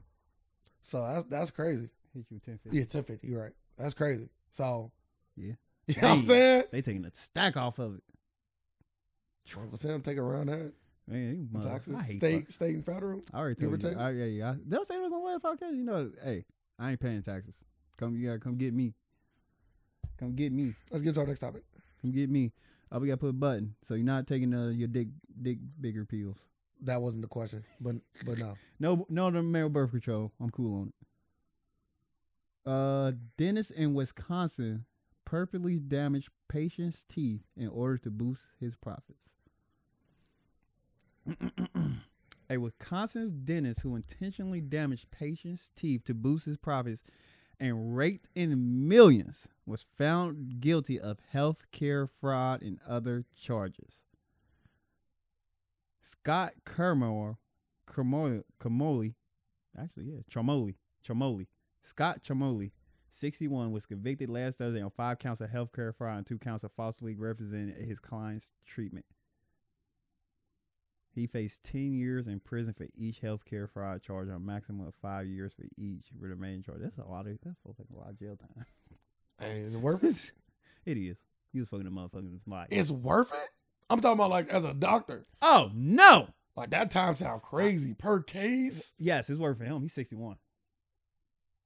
So that's that's crazy. Hit you with ten fifty. Yeah, ten fifty. You're right. That's crazy. So Yeah. *laughs* you know what I'm Dang. saying. They taking a stack off of it. Uncle Sam take around that Man, you mother- I taxes, hate state, state and federal. I already Give or told you. take. I, yeah, yeah. I- Did I say it was on the last podcast? You know, hey, I ain't paying taxes. Come, you gotta come get me. Come get me. Let's get to our next topic. Come get me. Oh, we got to put a button. So you're not taking uh, your dick, dick bigger pills. That wasn't the question, but but *laughs* no. No, no, no male birth control. I'm cool on it. Uh, dentist in Wisconsin purposely damaged patient's teeth in order to boost his profits. *clears throat* A Wisconsin dentist who intentionally damaged patient's teeth to boost his profits and raked in millions was found guilty of health care fraud and other charges. Scott Kermore, Kermole, Kermole, actually, yeah, Tremoli, Tremoli, Scott Tremoli, 61, was convicted last Thursday on five counts of health care fraud and two counts of falsely representing his client's treatment. He faced 10 years in prison for each healthcare fraud charge, a maximum of five years for each for the main charge. That's a lot of that's like a lot of jail time. *laughs* Hey, is it worth *laughs* it? It is. He was fucking a motherfucking life. It's worth it. I'm talking about like as a doctor. oh no! Like that time sound crazy per case. Yes, it's worth for him. He's 61.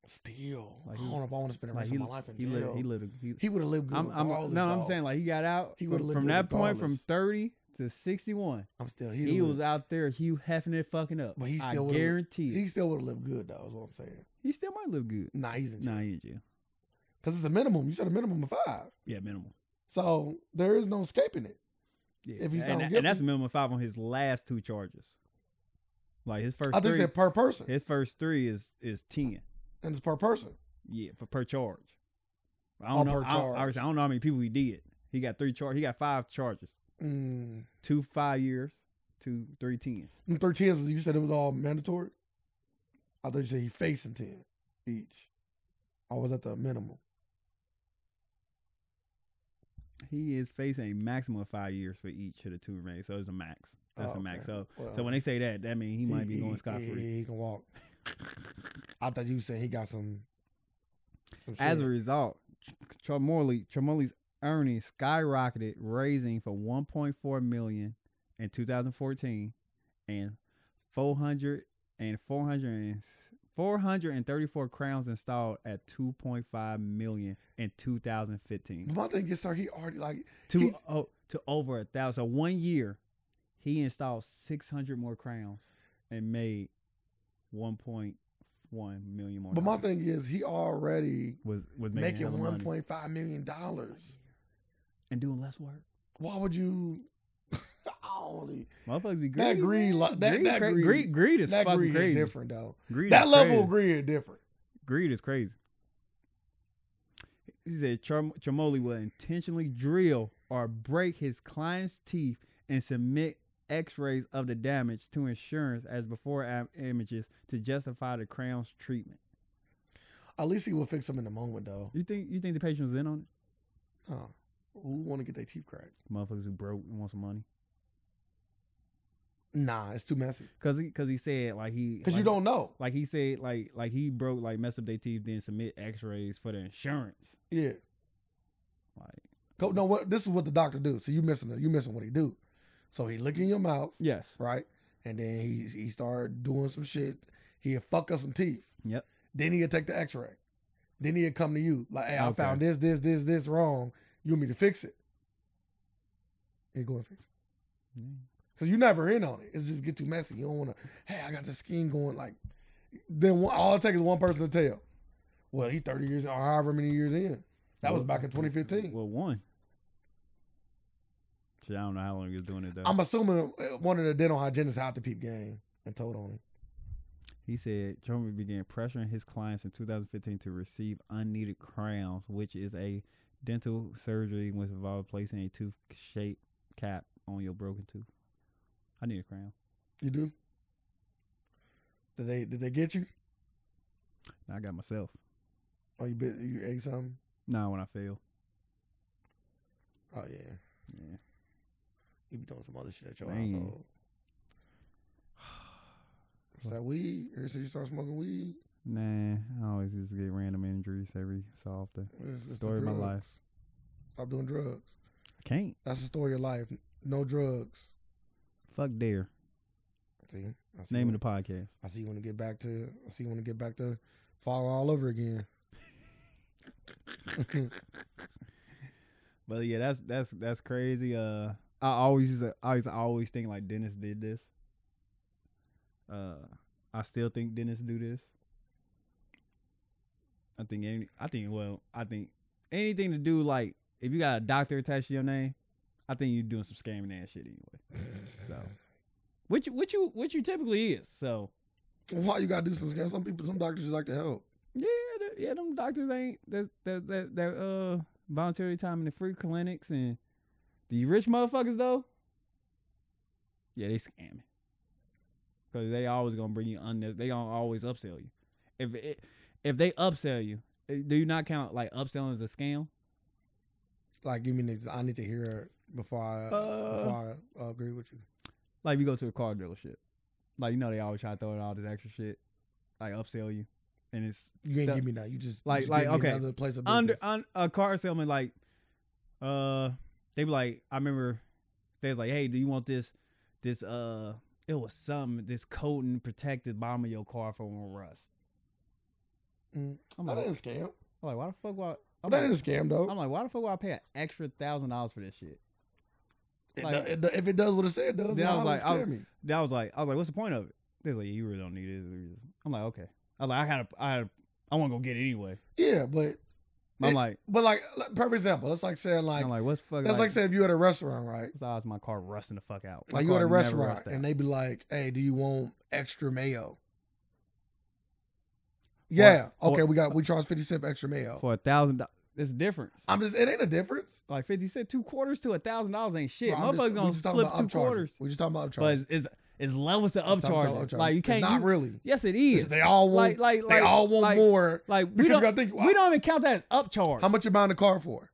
Still, Like I he- don't know if I want to spend the Like rest he, of my life in he jail. lived. He lived. a- He, he would have lived good. I'm, I'm, no, regardless, I'm dog. saying like he got out He would've from, lived from good that point from regardless. 30 to 61. I'm still. He, He, he was out there. Hugh Hefner it fucking up. But he I still would've- guarantee it. He still would have lived good though. Is what I'm saying. He still might live good. Nah, he's in jail Nah, he in jail. because it's a minimum. You said a minimum of five, Yeah, minimal. so there is no escaping it. Yeah. If he's and, found and that's guilty- a minimum of five on his last two charges. Like his first I think three, it's per person, his first three is is ten. and it's per person. Yeah, for, per charge. I Oh, don't know. per I, don't, I charge. don't know how many people he did. He got three charge. He got five charges. Mm. Two five years. Two three ten. And Thirteen. is- You said it was all mandatory. I thought you said he facing ten each. I was at the minimum. He is facing a maximum of five years for each of the two remaining. So it's the max. That's Oh, the max. okay. So Well, so when they say that, that means he might be going scot free. He, he can walk. I thought you said he got some. some As shit. a result, Chamorley Chamorley's earnings skyrocketed, raising from 1.4 million in 2014 and 400 and 400 and 434 crowns installed at 2.5 million in 2015 But my thing is, like, he already like to He- oh, to over a thousand. So one year, he installed 600 more crowns and made 1.1 million more. But my dollars. thing is, he already was was making, making hella one money. point five million dollars. and doing less work. Why would you? *laughs* I don't Motherfuckers be greedy. That greed man. lo- that- that cra- greed- greed, greed is that fucking greed crazy. is different though. Greed That is level of crazy. greed is different. greed is crazy. He said Cham- Chamoli will intentionally drill or break his client's teeth and submit X-rays of the damage to insurance as before am- images to justify the crown's treatment. At least he will fix them in the moment though. You think you think the patient was in on it? Huh. Who want to get their teeth cracked? Motherfuckers who broke and want some money Nah, it's too messy. because he because he said like he Because like- you don't know. like he said like like he broke like messed up their teeth then submit X-rays for the insurance Yeah. like. Go- No, what this is what the doctor do. So you missing it. you missing what he do. So he look in your mouth, Yes. right? And then he he start doing some shit. He'll fuck up some teeth. Yep. Then he'll take the X-ray. Then he'll come to you like, "Hey, I Okay. found this, this, this, this wrong. You want me to fix it?" He go and fix it. Cause you never in on it. It's just get too messy. You don't want to. Hey, I got this scheme going. Like, then one, all it takes is one person to tell. Well, he thirty years or however many years in. That was back in 2015. Well, one. Shit, I don't know how long he was doing it though. I'm assuming uh, one of the dental hygienists out the peep game and told on him. he said Trump began pressuring his clients in 2015 to receive unneeded crowns, which is a dental surgery which involves placing a tooth-shaped cap on your broken tooth. I need a crown. You do? Did they did they get you? I got myself. Oh, you bit you ate something? Nah, when I fail. Oh yeah, Yeah. you be doing some other shit at your Man. household. It's that weed. Ever since you start smoking weed, *sighs* Nah, I always just get random injuries every so often. it's, it's the Story of my life. drugs. Stop doing drugs. I can't. That's the story of life. No drugs. Fuck dare. See, I see Name when, of the podcast. I see you want to get back to. I see you want to get back to *laughs* falling all over again. But yeah, that's that's that's crazy. Uh, I always used to, I used to always think like Dennis did this. Uh, I still think Dennis do this. I think any, I think well, I think anything to do like if you got a doctor attached to your name, I think you're doing some scamming ass shit anyway. So, which which you which you typically is. So Why you gotta do some scams? Some people, some doctors just like to help. yeah, th- yeah, them doctors ain't that that that that uh voluntary time in the free clinics and the rich motherfuckers though. Yeah, they scamming because they always gonna bring you unnecessary. They gonna always upsell you. If it, if they upsell you, eh, do you not count like upselling as a scam? Like, give me an ex- I need to hear it before I Uh. before I uh, agree with you. Like you go to a car dealership, like you know they always try to throw in all this extra shit, like upsell you, and it's You ain't stuff- give me that. You just you Like- just like, give me okay. another place of under business. un, a car salesman like uh they be like I remember they was like hey do you want this this uh it was some this coating protected bottom of your car from rust Mm. I'm that like, ain't a scam. Oh, I'm like why the fuck would I, I'm, That like, ain't a scam though. I'm like why the fuck would I pay an extra thousand dollars for this shit It like- do- it do- if it does what it said it does, Then I nah, was it like, I don't was- scare me. that was like I was like what's the point of it they was like you really don't need it I'm like okay I was like I had I had I want to go get it anyway Yeah, but I'm It- like but like, like perfect example. That's like saying like, I'm like what's fuck that's like, like, saying if you at a restaurant, right? it's odds my car rusting the fuck out My Like you at car a never restaurant rust out. and they be like, hey, do you want extra mayo? Yeah. Or- okay, or- we got we charge fifty cent for extra mayo. for a thousand dollars. It's difference. I'm just it ain't a difference. Like fifty cent, two quarters to a thousand dollars ain't shit. Bro, I'm Motherfuckers just- we gonna just talking flip about two upcharging. quarters. We just talking about upcharging. But it's, it's it's levels to Just talking upcharge. about upcharging. Like you It's can't. Not you- really. yes, it 'Cause is. They all Like want. like They like all want like, more. Like we Because you don't gotta think. we don't even count that as upcharge. How much you buying the car for?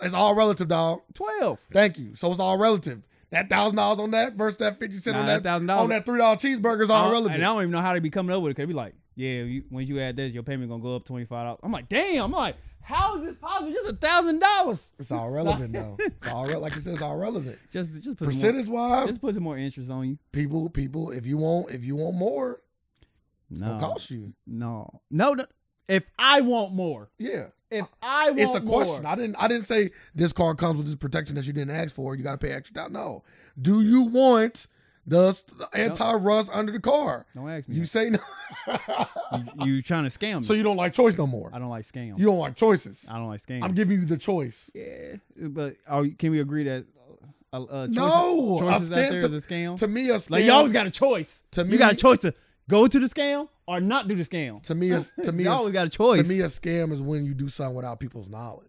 It's all relative, dog. Twelve. Thank you. So it's all relative. That thousand dollars on that versus that fifty cent Nah, on that that, thousand on dollars. Uh-huh. that three dollar cheeseburger is all And I relative. don't even know how they be coming up with it. Cause they be like, yeah, you, when you add this, your payment gonna go up twenty five dollars. I'm like, damn. I'm like, how is this possible? Just a thousand dollars. It's all relevant though. It's all re- like you said, it's all *laughs* relevant. Just just put some more, Percentage wise, just put some more interest on you. people, people, if you want, if you want more, No, it'll cost you. no, no, no. If I want more, Yeah, If I want it's a question. more, I didn't, I didn't say this car comes with this protection that you didn't ask for. You got to pay extra. down. No, do you want the st- anti rust under the car? don't ask me. You You, say no. *laughs* you, trying to scam me? so you don't like choice no more. I don't like scam. You don't like choices. I don't like scam. I'm giving you the choice. yeah, but are, can we agree that uh, uh, choices, No, a choices out scam there to- is a scam? To me, a scam. like you always got a choice. to me, you got a choice to go to the scam or not do the scam. To me, a, to me, you a, always got a to choice, me, a scam is when you do something without people's knowledge.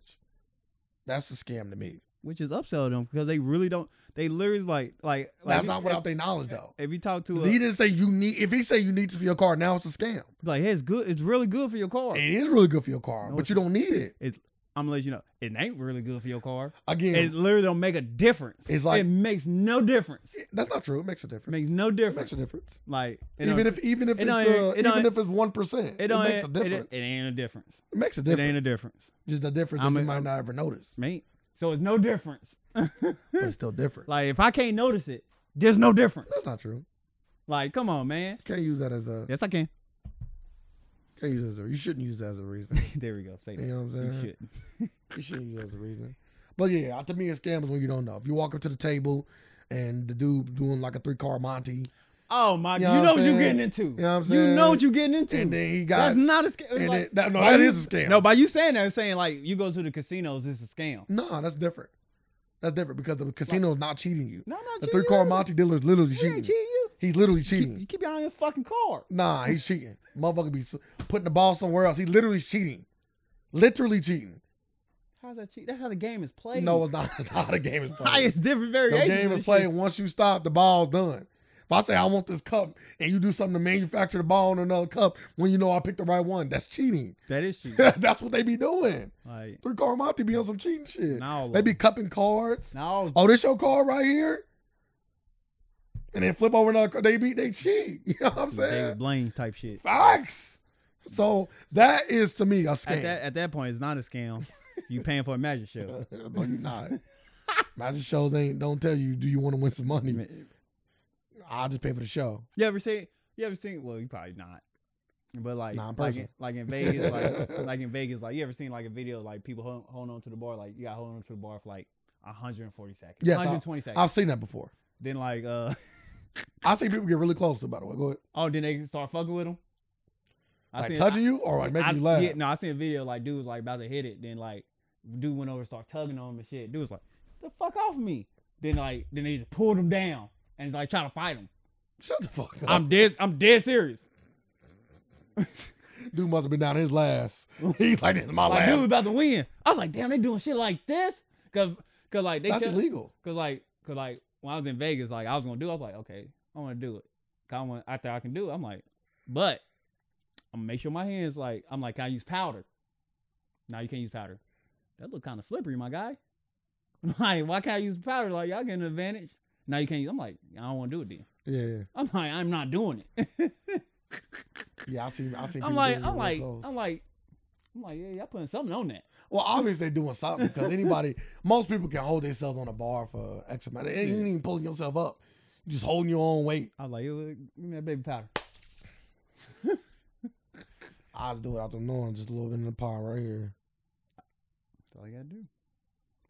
That's a scam to me. which is upsell them because they really don't. They literally like like like That's not without their knowledge though. if you talk to a, He didn't say you need. If he say you need this for your car, now it's a scam. like hey, it's good. It's really good for your car. It is really good for your car, No, but it's- you don't need it. I'm gonna let you know it ain't really good for your car. Again, It literally don't make a difference. It's like- it makes no difference. that's not true. It makes a difference. It makes no It makes difference. a difference. Like it Even don't- if even if it it's don't- uh, it don't- even if it's one percent, it, don't- makes a it- difference. It, ain't a difference. It makes a difference. It ain't a difference, Just a difference I'm that a- you might not ever notice, mate. So it's no difference. but it's still different. like if I can't notice it, there's no difference. that's not true. Like come on, man. You can't use that as a. Yes, I can. *laughs* Can't use that as a. You shouldn't use that as a reason. there we go. Say You that. know what I'm saying? You should. You shouldn't use that as a reason. But yeah, to me, a scam is when you don't know. If you walk up to the table and the dude doing like a three car Monty, Oh my! You You know know, what I'm what you saying? getting into. You know what I'm You saying? know what you getting into. and then he got That's not a scam. and Like, then, that, no, by that you- is a scam. No, by you saying that, saying like you go to the casinos, it's a scam. no, that's different. That's different because the casino is not cheating you. No, no, The three car Monty dealer is literally He ain't cheating. cheating you. He's literally Keep, cheating. you keep your eye on your fucking car. Nah, he's cheating. Motherfucker be s- putting the ball somewhere else. He literally cheating. Literally cheating. How's that cheat? That's how the game is played. No, it's not. *laughs* It's not how the game is Like, played. it's different The variations. game and is shit. played. Once you stop, the ball's done. If I say I want this cup and you do something to manufacture the ball in another cup when you know I picked the right one, that's cheating. *laughs* That is cheating. that's what they be doing. like Three car Monty be on some cheating *laughs* shit. now, They be cupping cards. now *laughs* oh, this your card right here? And then flip over another card. They beat, they cheat. *laughs* You know what I'm David saying? Blaine type shit. Facts. So that is to me a At scam. *laughs* that at that point, it's not a scam. You paying for a magic show. no, you're not. Magic shows ain't don't tell you do you want to win *laughs* some money. you I'll just pay for the show. ever seen? You ever seen? Well, you probably not. But like, Nah, in like, person. in, like in Vegas, *laughs* like like in Vegas, like you ever seen like a video like people hold, hold on to the bar, like you got to hold on to the bar for like 140 seconds, Yes, I- 120 seconds. I've seen that before. then like, uh, *laughs* I've seen people get really close to. it, By the way, go ahead. oh, then they start fucking with them. Like touching you or like making I, you laugh. yeah, no, I seen a video like dude was like about to hit it, then like dude went over and started tugging on him and shit. Dude was like, "The fuck off me!" Then like then they just pulled him down and like trying to fight him. Shut the fuck up. I'm dead. I'm dead serious. Dude must have been down his last. *laughs* He's like, this is my Like last. dude was about to win. I was like, "Damn, they doing shit like this?" Cause cause like they That's tell- illegal. Cause like, cause like when I was in Vegas, like I was gonna do, it. I was like, okay, I want to do it. 'Cause I want, I think I can do it. I'm like, but I'm gonna make sure my hands like, I'm like, can I use powder? No, you can't use powder. That look kind of slippery, my guy. *laughs* Like, why can't I use powder? Like, y'all get an advantage. Now you can't. Use, I'm like, I don't want to do it then. *laughs* Yeah, I'm like, I'm not doing it. *laughs* yeah. I see. I see. I'm people like, getting I'm real like, close. I'm like, I'm like, yeah, y'all putting something on that. Well, obviously they're doing something because anybody, *laughs* most people can hold themselves on a bar for X amount. It ain't Yeah. even pulling yourself up. You're just holding your own weight. I was like, "Yo, give me that baby powder. I'll do it out the norm, just a little bit in the pond right here. That's all I gotta do.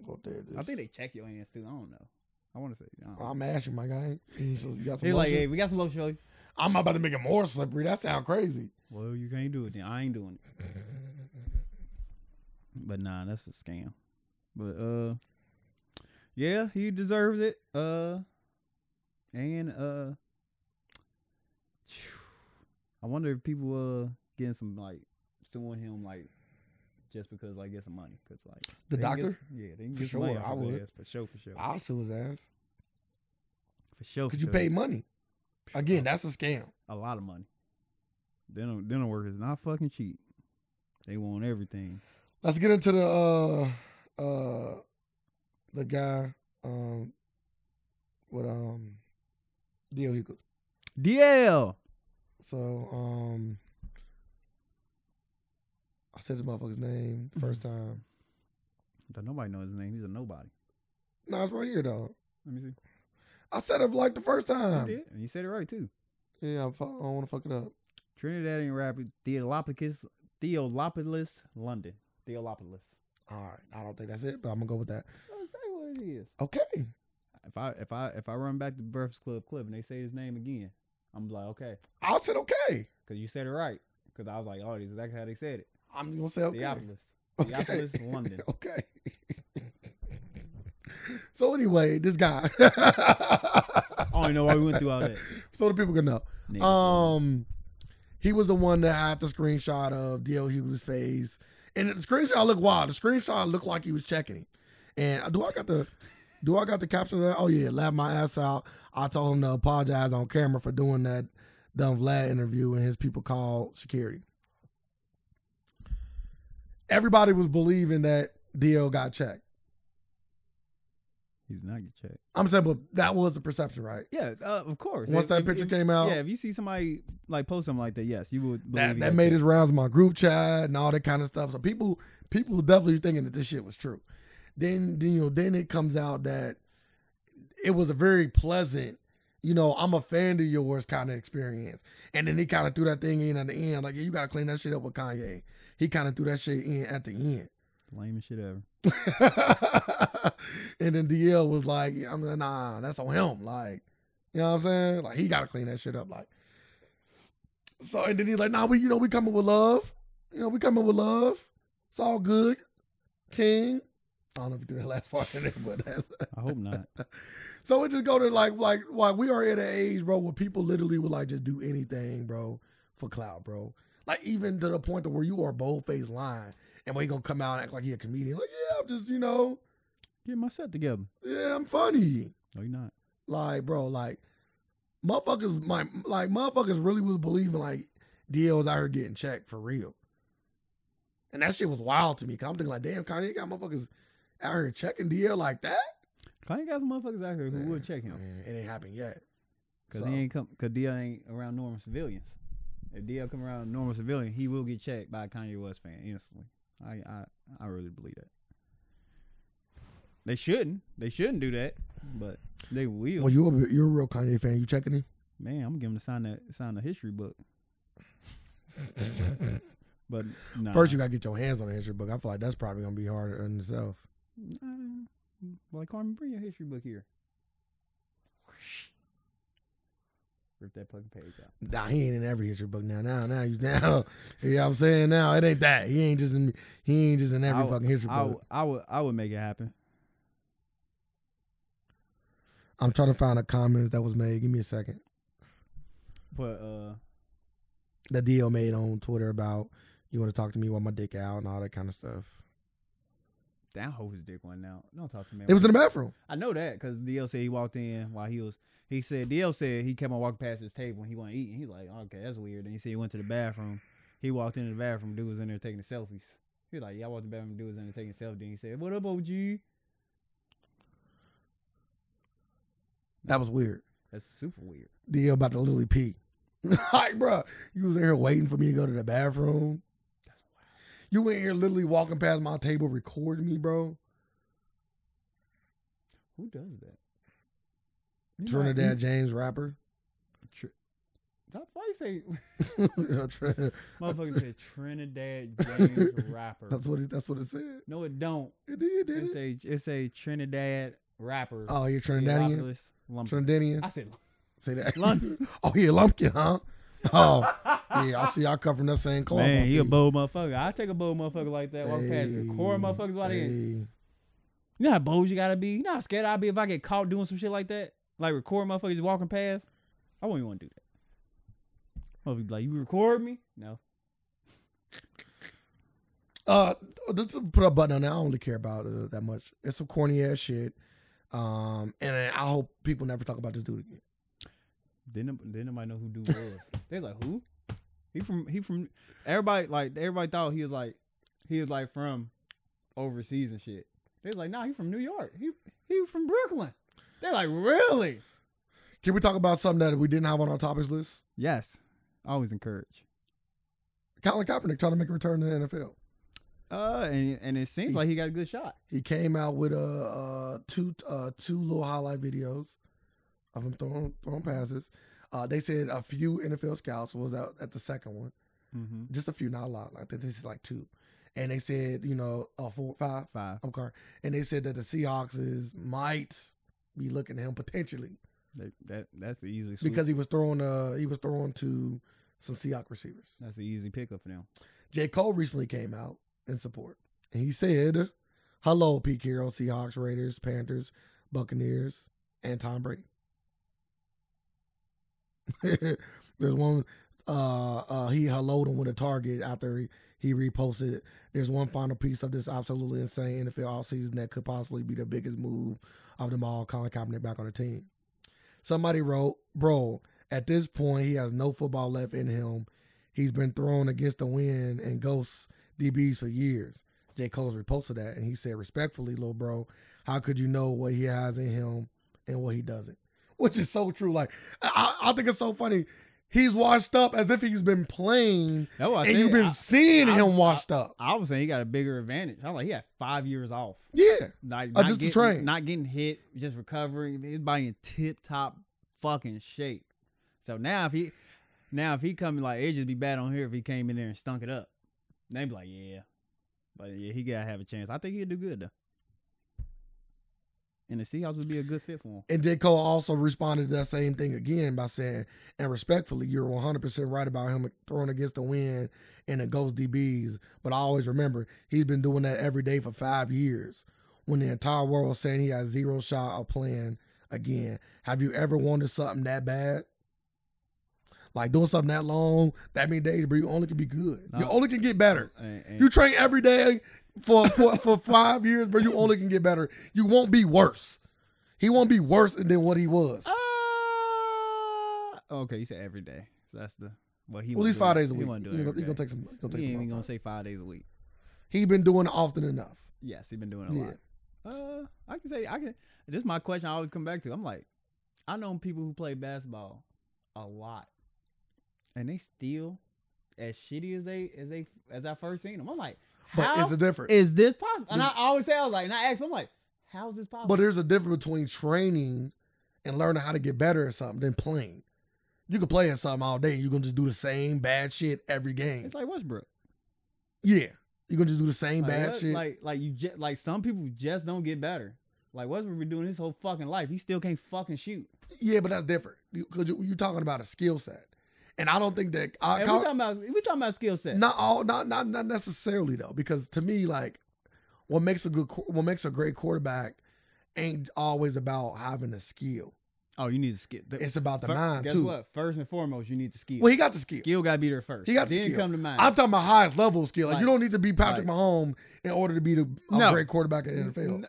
Go there. This. I think they check your hands too. I don't know. I want to say. I don't know. I'm ashing my guy. So you got some He's like, lotion? hey, we got some lotion for you. I'm about to make it more slippery. That sound crazy. *laughs* Well, you can't do it then. I ain't doing it. But nah, that's a scam. But uh yeah, he deserves it. Uh and uh I wonder if people uh getting some like suing him like just because like get some money cuz like The they can get- doctor? yeah, they can For get some money sure, off I his would. ass, for sure for sure. I'll sue his ass. for sure. Cause for you sure. paid money. Again, that's a scam. a lot of money. Dental dental work is not fucking cheap. They want everything. Let's get into the uh uh the guy um with um Dio Hickel. DL. So um I said this motherfucker's name first Mm-hmm. time. Don't nobody know his name. He's a nobody. No, it's right here though. Let me see. I said it like the first you time. did, and you said it right too. Yeah, I fu- I don't want to fuck it up. Trinidad and Rapid Theolopicus Theolopoulos London. Theolopoulos. All right, I don't think that's it, but I'm gonna go with that. Don't say what it is. Okay, If I if I if I run back to Breakfast Club clip and they say his name again, I'm like okay, I said okay. because you said it right. Because I was like, oh, this is exactly how they said it. I'm just gonna say okay. Theopolis. *laughs* Okay. Theopolis, London. okay. so anyway, this guy. *laughs* I don't even know why we went through all that. so the people can know. Nigga. Um, he was the one that had the screenshot of DL Hughes' face, and the screenshot looked wild. The screenshot looked like he was checking him. And uh, do I got the do I got the caption of that? Oh yeah, laughed my ass out. I told him to apologize on camera for doing that dumb Vlad interview, and his people called security. Everybody was believing that DL got checked. he did not get checked. I'm saying, but that was the perception, right? Yeah, uh, of course. Once If- that if- picture if- came out, yeah. If you see somebody like post something like that, yes, you would believe that, he that got made checked. his rounds in my group chat and all that kind of stuff. So people people definitely thinking that this shit was true. Then, then you know, then it comes out that it was a very pleasant, you know, I'm a fan of yours kind of experience. And then he kind of threw that thing in at the end, like yeah, you gotta clean that shit up with Kanye. He kind of threw that shit in at the end. lamest shit ever. *laughs* and then DL was like, yeah, I'm like, nah, that's on him. Like, you know what I'm saying? Like, he gotta clean that shit up. Like, so and then he's like, nah, we, you know, we coming with love. You know, we coming with love. It's all good. King. I don't know if you do that last *laughs* part in there, but that's I hope not. so it just go to like like why we are at an age, bro, where people literally would like just do anything, bro, for clout, bro. Like even to the point to where you are bold faced lying and where you gonna come out and act like he a comedian. Like, yeah, I'm just, you know, Get my set together. yeah, I'm funny. No, you're not. Like, bro, like motherfuckers my like motherfuckers really was believing like DL was out here getting checked for real. And that shit was wild to me. Cause I'm thinking like, damn, Kanye got motherfuckers out here checking DL like that. Kanye got some motherfuckers out here who Yeah. will check him It ain't happened yet. because So- he ain't come. Because DL ain't around normal civilians. If DL come around normal civilian, he will get checked by a Kanye West fan instantly. I I I really believe that. They shouldn't. They shouldn't do that, but they will. Well, you *laughs* a, you're a real Kanye fan. You checking him? Man, I'm giving him the sign that sign the history book. But nah. First, you gotta get your hands on the history book. I feel like that's probably gonna be harder in itself. Nah. like Carmen, bring your history book here. Rip that fucking page out. Nah, he ain't in every history book now. Now, now, you now. *laughs* You know what I'm saying? Now, it ain't that. He ain't just in. He ain't just in every I would- fucking history I, book. would- I would I would make it happen. I'm trying to find the comments that was made. Give me a second. But uh The deal made on Twitter about you want to talk to me while my dick out and all that kind of stuff. that hoe his dick one now. Don't talk to me. It was in the bathroom. I know that because DL said he walked in while he was. He said DL said he kept on walking past his table and he wasn't eating. He's like, okay, that's weird. And he said he went to the bathroom. He walked into the bathroom. Dude was in there taking selfies. He was like, yeah, I walked to the bathroom. Dude was in there taking selfies. Then he said, what up, OG? That was weird. That's super weird. Deal about to literally pee. *laughs* like, bro, you was in here waiting for me to go to the bathroom. That's You went here literally walking past my table, recording me, bro. Who does that? You know, Trinidad you- James rapper. *laughs* Stop- Why you say that's motherfucker said *laughs* Trinidad James rapper? what it, that's what it said. No, it don't. It did, did It's it? a it's a Trinidad rapper. Oh, you're Trinidadian. Theophilus Lumpkin. I Trinidadian. said *laughs* Say that. London. *laughs* oh, yeah, lumpkin, huh? Oh, *laughs* yeah. I see. I come from that same cloth. I Man, he see. a bold motherfucker. I take a bold motherfucker like that. Walk past Hey, the core motherfuckers while they in. hey. You know how bold you gotta be. You know how scared I'd be if I get caught doing some shit like that? Like record motherfuckers walking past. I wouldn't even want to do that. Motherfucker be like, you record me? No. Uh, let's put a button on that. I don't really care about it that much. It's some corny ass shit. Um, and I hope people never talk about this dude again. Then then nobody know who dude was. *laughs* They're like, who? He from he from everybody like everybody thought he was like he was like from overseas and shit. They was like, nah, he from New York. He he from Brooklyn. They're like, really? Can we talk about something that we didn't have on our topics list? Yes. Always encourage. Colin Kaepernick trying to make a return to the NFL. Uh, and and it seems He's- like he got a good shot. He came out with uh, uh two uh two little highlight videos of him throwing throwing passes. Uh, they said a few NFL scouts was out at the second one, Mm-hmm. just a few, not a lot. Like this is like two, and they said you know uh, four five. Five. I'm sorry, and they said that the Seahawks is might be looking at him potentially That, that that's the easy sweep. because he was throwing uh he was throwing to some Seahawks receivers. that's the easy pickup for them. J. Cole recently came out in support. And he said, Hello, Pete Carroll, Seahawks, Raiders, Panthers, Buccaneers, and Tom Brady. *laughs* There's one uh uh he helloed him with a target after he, he reposted it. There's one final piece of this absolutely insane NFL offseason that could possibly be the biggest move of them all, Colin Kaepernick back on the team. Somebody wrote, Bro, at this point he has no football left in him he's been thrown against the wind and ghosts DBs for years. J. Cole's reposted that, and he said respectfully, little bro, how could you know what he has in him and what he doesn't? Which is so true. Like I, I I think it's so funny. He's washed up as if he's been playing, That's why I and said. you've been I, seeing I- him washed up. I was saying he got a bigger advantage. I'm like, he had five years off. Yeah, Like Oh, not just the getting, train. not getting hit, just recovering. His body in tip top fucking shape. So now if he, now if he coming like it'd just be bad on here if he came in there and stunk it up. They'd be like, yeah, but yeah, he gotta have a chance. I think he'd do good though. And the Seahawks would be a good fit for him. And J. Cole also responded to that same thing again by saying, and respectfully, you're 100% right about him throwing against the wind and the ghost DBs. But I always remember he's been doing that every day for five years when the entire world was saying he has zero shot of playing again. Have you ever wanted something that bad? Like doing something that long, that many days, but you only can be good. You No. only can get better. And, and- You train every day for for, for five years, but you only can get better. You won't be worse. He won't be worse than what he Uh, was. Ah, okay, you said every day. So that's the well. He wasn't Well, at least five doing- days a week. He wasn't He's doing gonna, every he gonna day. take some. he Gonna take He ain't some even gonna off. say five days a week. He been doing it often enough. Yes, he's been doing a Yeah. lot. Uh, I can say I can. This is my question. I always come back to. I'm like, I know people who play basketball a lot, and they still as shitty as they as they as I first seen them. I'm like, But how it's a is, difference. this possible? And I This- always say I was like, and I asked, him, I'm like, how is this possible? but there's a difference between training and learning how to get better at something than playing. You could play in something all day and you're gonna just do the same bad shit every game. It's like Westbrook. Yeah. You're gonna just do the same Like, bad what- shit. Like like you just like some people just don't get better. Like Westbrook been doing his whole fucking life. He still can't fucking shoot. yeah, but that's different. Because you, you're talking about a skill set. And I don't think that I, And we talking about we talking about skill set. not all not not not necessarily though because to me like what makes a good qu- what makes a great quarterback ain't always about having the skill Oh, you need to skill. The, it's about the fir- mind guess too what? First and foremost, you need the skill. well he got the skill, skill got to be there first. He got the then skill. come to mind. I'm talking about highest level of skill like, you Like- don't need to be Patrick like- Mahomes in order to be the a No. great quarterback in the NFL N-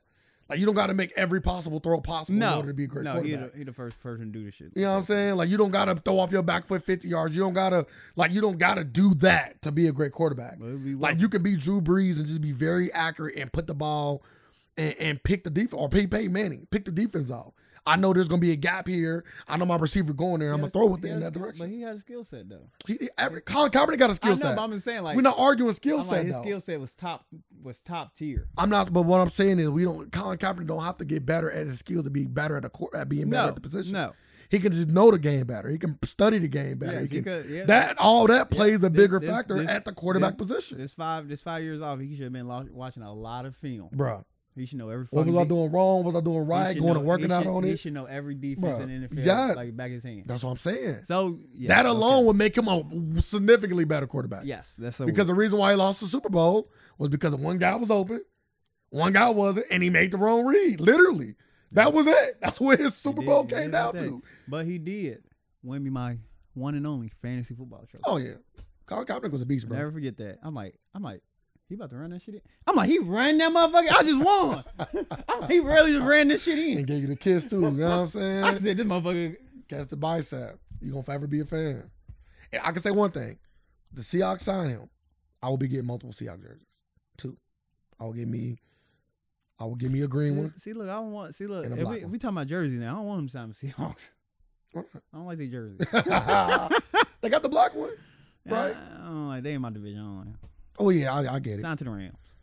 like you don't got to make every possible throw possible in no, order to be a great no, he quarterback the, he the first person to do this shit. You know what I'm saying? Like you don't gotta throw off your back foot 50 yards. You don't gotta like you don't gotta do that to be a great quarterback. Well, it'd be Like one- you can be Drew Brees and just be very accurate and put the ball and, and pick the defense or pay pay Manning, pick the defense off. I know there's gonna be a gap here. I know my receiver going there. I'm gonna has- throw it in has that skill- direction. But he has a skill set though. He, he- every, Colin Kaepernick got a I skill know, set. but I'm just saying like, We're not arguing skill I'm like, set his though. skill set was top was top tier. I'm not, but what I'm saying is we don't. Colin Kaepernick don't have to get better at his skills to be better at a court at being better No, at the position. no, He can just know the game better. He can study the game better. Yeah, he he can, could- yeah. that all that plays a This- bigger this- factor this- at the quarterback this- position, This five this five years off, he should have been lo- watching a lot of film. Bruh, He should know every. What fucking was I de- doing wrong? What was I doing he right? should Going know- and working he out should- on He it. should know every defense Bruh, in the NFL. yeah. like back his hand. That's what I'm saying. So yeah, that okay. alone would make him a significantly better quarterback. Yes, that's so Because the reason why he lost the Super Bowl was because one guy was open, one guy wasn't, and he made the wrong read. Literally, that was it. That's where his Super did- Bowl he came did down that. to. But he did win me my one and only fantasy football trophy. Oh yeah, Colin Kaepernick was a beast, bro. Never forget that. I'm like, I'm like, he about to run that shit in. I'm like, he ran that motherfucker. I just *laughs* won. I'm like, he really just ran this shit And in. gave you the kiss too. You know what I'm saying? I said, this motherfucker. Catch the bicep. You're gonna forever be a fan. And I can say one thing. The Seahawks sign him. I will be getting multiple Seahawks jerseys. Two. I will give me I will give me a green one. *laughs* See, look, I don't want. See, look, And a if black we, if one. we talking about jerseys now, I don't want him signing Seahawks. I don't like their jerseys. they got the black one. *laughs* Right. I, I don't like they in my division. I don't like. them. Oh yeah, I, I get it. Sign to the Rams.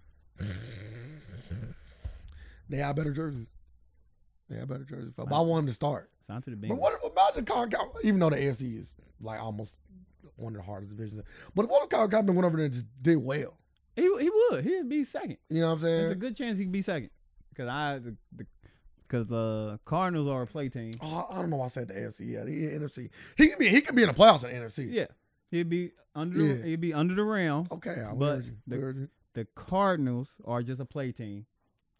They have better jerseys. They have better jerseys. But I want him to start. Sign to the But Bengals. what if imagine Colin Kaepernick, even though the AFC is like almost one of the hardest divisions. But what if Colin Kaepernick went over there and just did well? He, he would. He'd be second. You know what I'm saying? There's a good chance he could be second. Because I, the, the, cause the Cardinals are a play team. Oh, I don't know why I said the AFC. Yeah, the NFC. He can be he can be in the playoffs in the NFC. Yeah, he'd be under. the- Yeah. Oh. He'd be under the round. Okay, I But heard you. I the- heard you. The Cardinals are just a play team.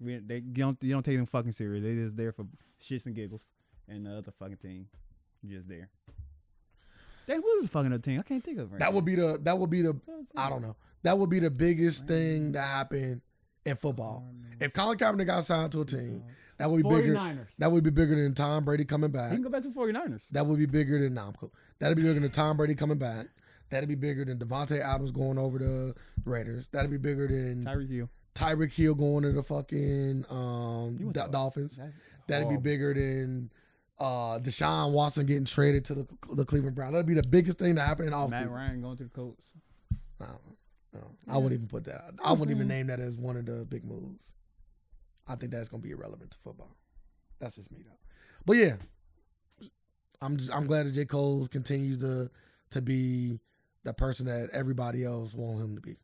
We, they you don't you don't take them fucking serious. They just there for shits and giggles. And the other fucking team, just there. Damn, who was the fucking other team? I can't think of it. right That now. would be the that would be the I don't know. That would be the biggest thing that happened in football. If Colin Kaepernick got signed to a team, that would be bigger. 49ers. That would be bigger than Tom Brady coming He back. can go back to 49ers. That would be bigger than nah, I'm cool. That'd be bigger than Tom Brady coming back. That'd be bigger than Devontae Adams going over to Raiders. That'd be bigger than Tyreek Hill. Tyreek Hill going to the fucking um, He went Dol- to- Dolphins. That's That'd be horrible. bigger than uh, Deshaun Watson getting traded to the, the Cleveland Browns. That'd be the biggest thing that happened in Matt offseason. Ryan going to the Colts. I, don't know. I wouldn't even put that. I wouldn't even name that as one of the big moves. I think that's gonna be irrelevant to football. That's just me though. But yeah, I'm just I'm glad that J Cole continues to to be the person that everybody else want him to be,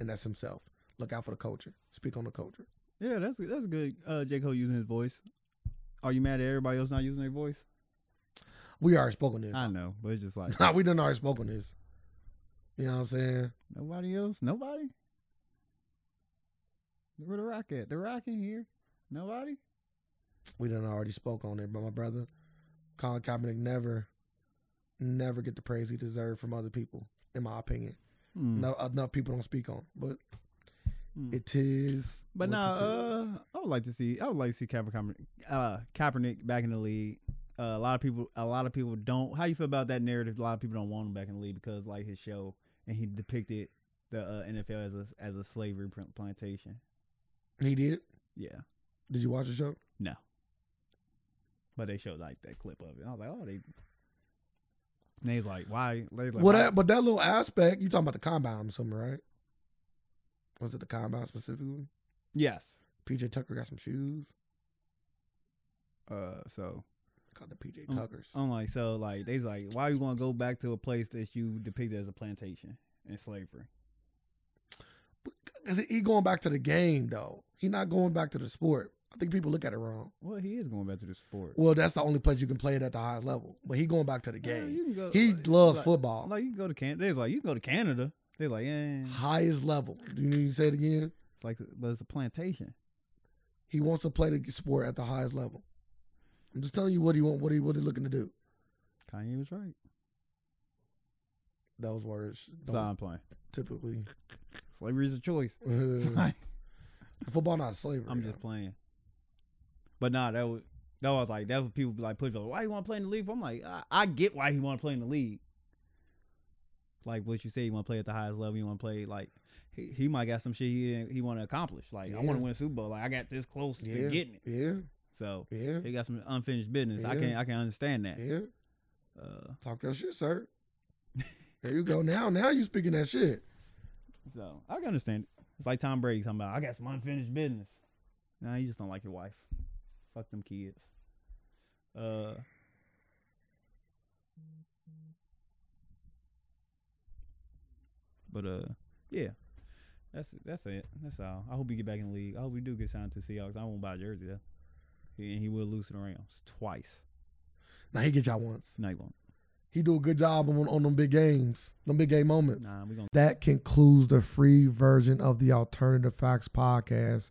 and that's himself. Look out for the culture. Speak on the culture. Yeah, that's that's good. Uh, J Cole using his voice. Are you mad at everybody else not using their voice? We already spoke on this. I know, but it's just like *laughs* Nah, we done already spoke on this. You know what I'm saying? nobody else, nobody. Where the rock at? The rock in here. Nobody. We done already spoke on it. But my brother, Colin Kaepernick never, never get the praise he deserved from other people, in my opinion. Hmm. No, enough people don't speak on. it, But Hmm. it is. But what now, it uh, is. I would like to see. I would like to see Kaepernick, Kaepernick- uh, Kaepernick back in the league. Uh, a lot of people, a lot of people don't. How you feel about that narrative? A lot of people don't want him back in the league because like his show and he depicted the uh, NFL as a as a slavery plant- plantation. he did. Yeah, Did you watch the show? no. But they showed like that clip of it. And I was like, oh, they. And they was like, why? They was like, well, why- that but that little aspect you talking about the combine or something, right? Was it the combine specifically? Yes. PJ Tucker got some shoes. Uh, so called the PJ Um, Tuckers. I'm like, so like they's like, why you gonna go back to a place that you depicted as a plantation and slavery? Because he going back to the game though. He not going back to the sport. I think people look at it wrong. Well, he is going back to the sport. Well, that's the only place you can play it at the highest level. But he going back to the Yeah, game. you can go- He like- loves like- football. Like you can go to Canada. They's like you can go to Canada. They're like, yeah, Highest level. Do you need to say it again? it's like, but it's a plantation. He wants to play the sport at the highest level. I'm just telling you what he want. What he what he looking to do. Kanye was right. Those words So don't I'm playing. *laughs* typically. *laughs* Slavery is a choice. Football not slavery. I'm just playing. But nah, that was that was like that's what people be like push like, why you want to play in the league? for?" I'm like, I, I get why he want to play in the league. Like what you say, you want to play at the highest level. You want to play like he, he might got some shit he didn't, he want to accomplish. Like I want Yeah. to win a Super Bowl. Like I got this close Yeah. to getting it. Yeah, So yeah, he got some unfinished business. I Yeah. can I can understand that. yeah. Uh, Talk your shit, sir. There you go. Now, now you speaking that shit. so I can understand it. It's like Tom Brady talking about I got some unfinished business. Nah, you just don't like your wife. Fuck them kids. Uh. But uh, yeah, that's that's it. That's all. I hope we get back in the league. I hope we do get signed to the Seahawks. I won't buy a jersey though. He, he will lose to the Rams twice. Now he get y'all once. No, he won't. He do a good job on on them big games, them big game moments. Nah, we gonna. That concludes the free version of the Alternative Facts podcast.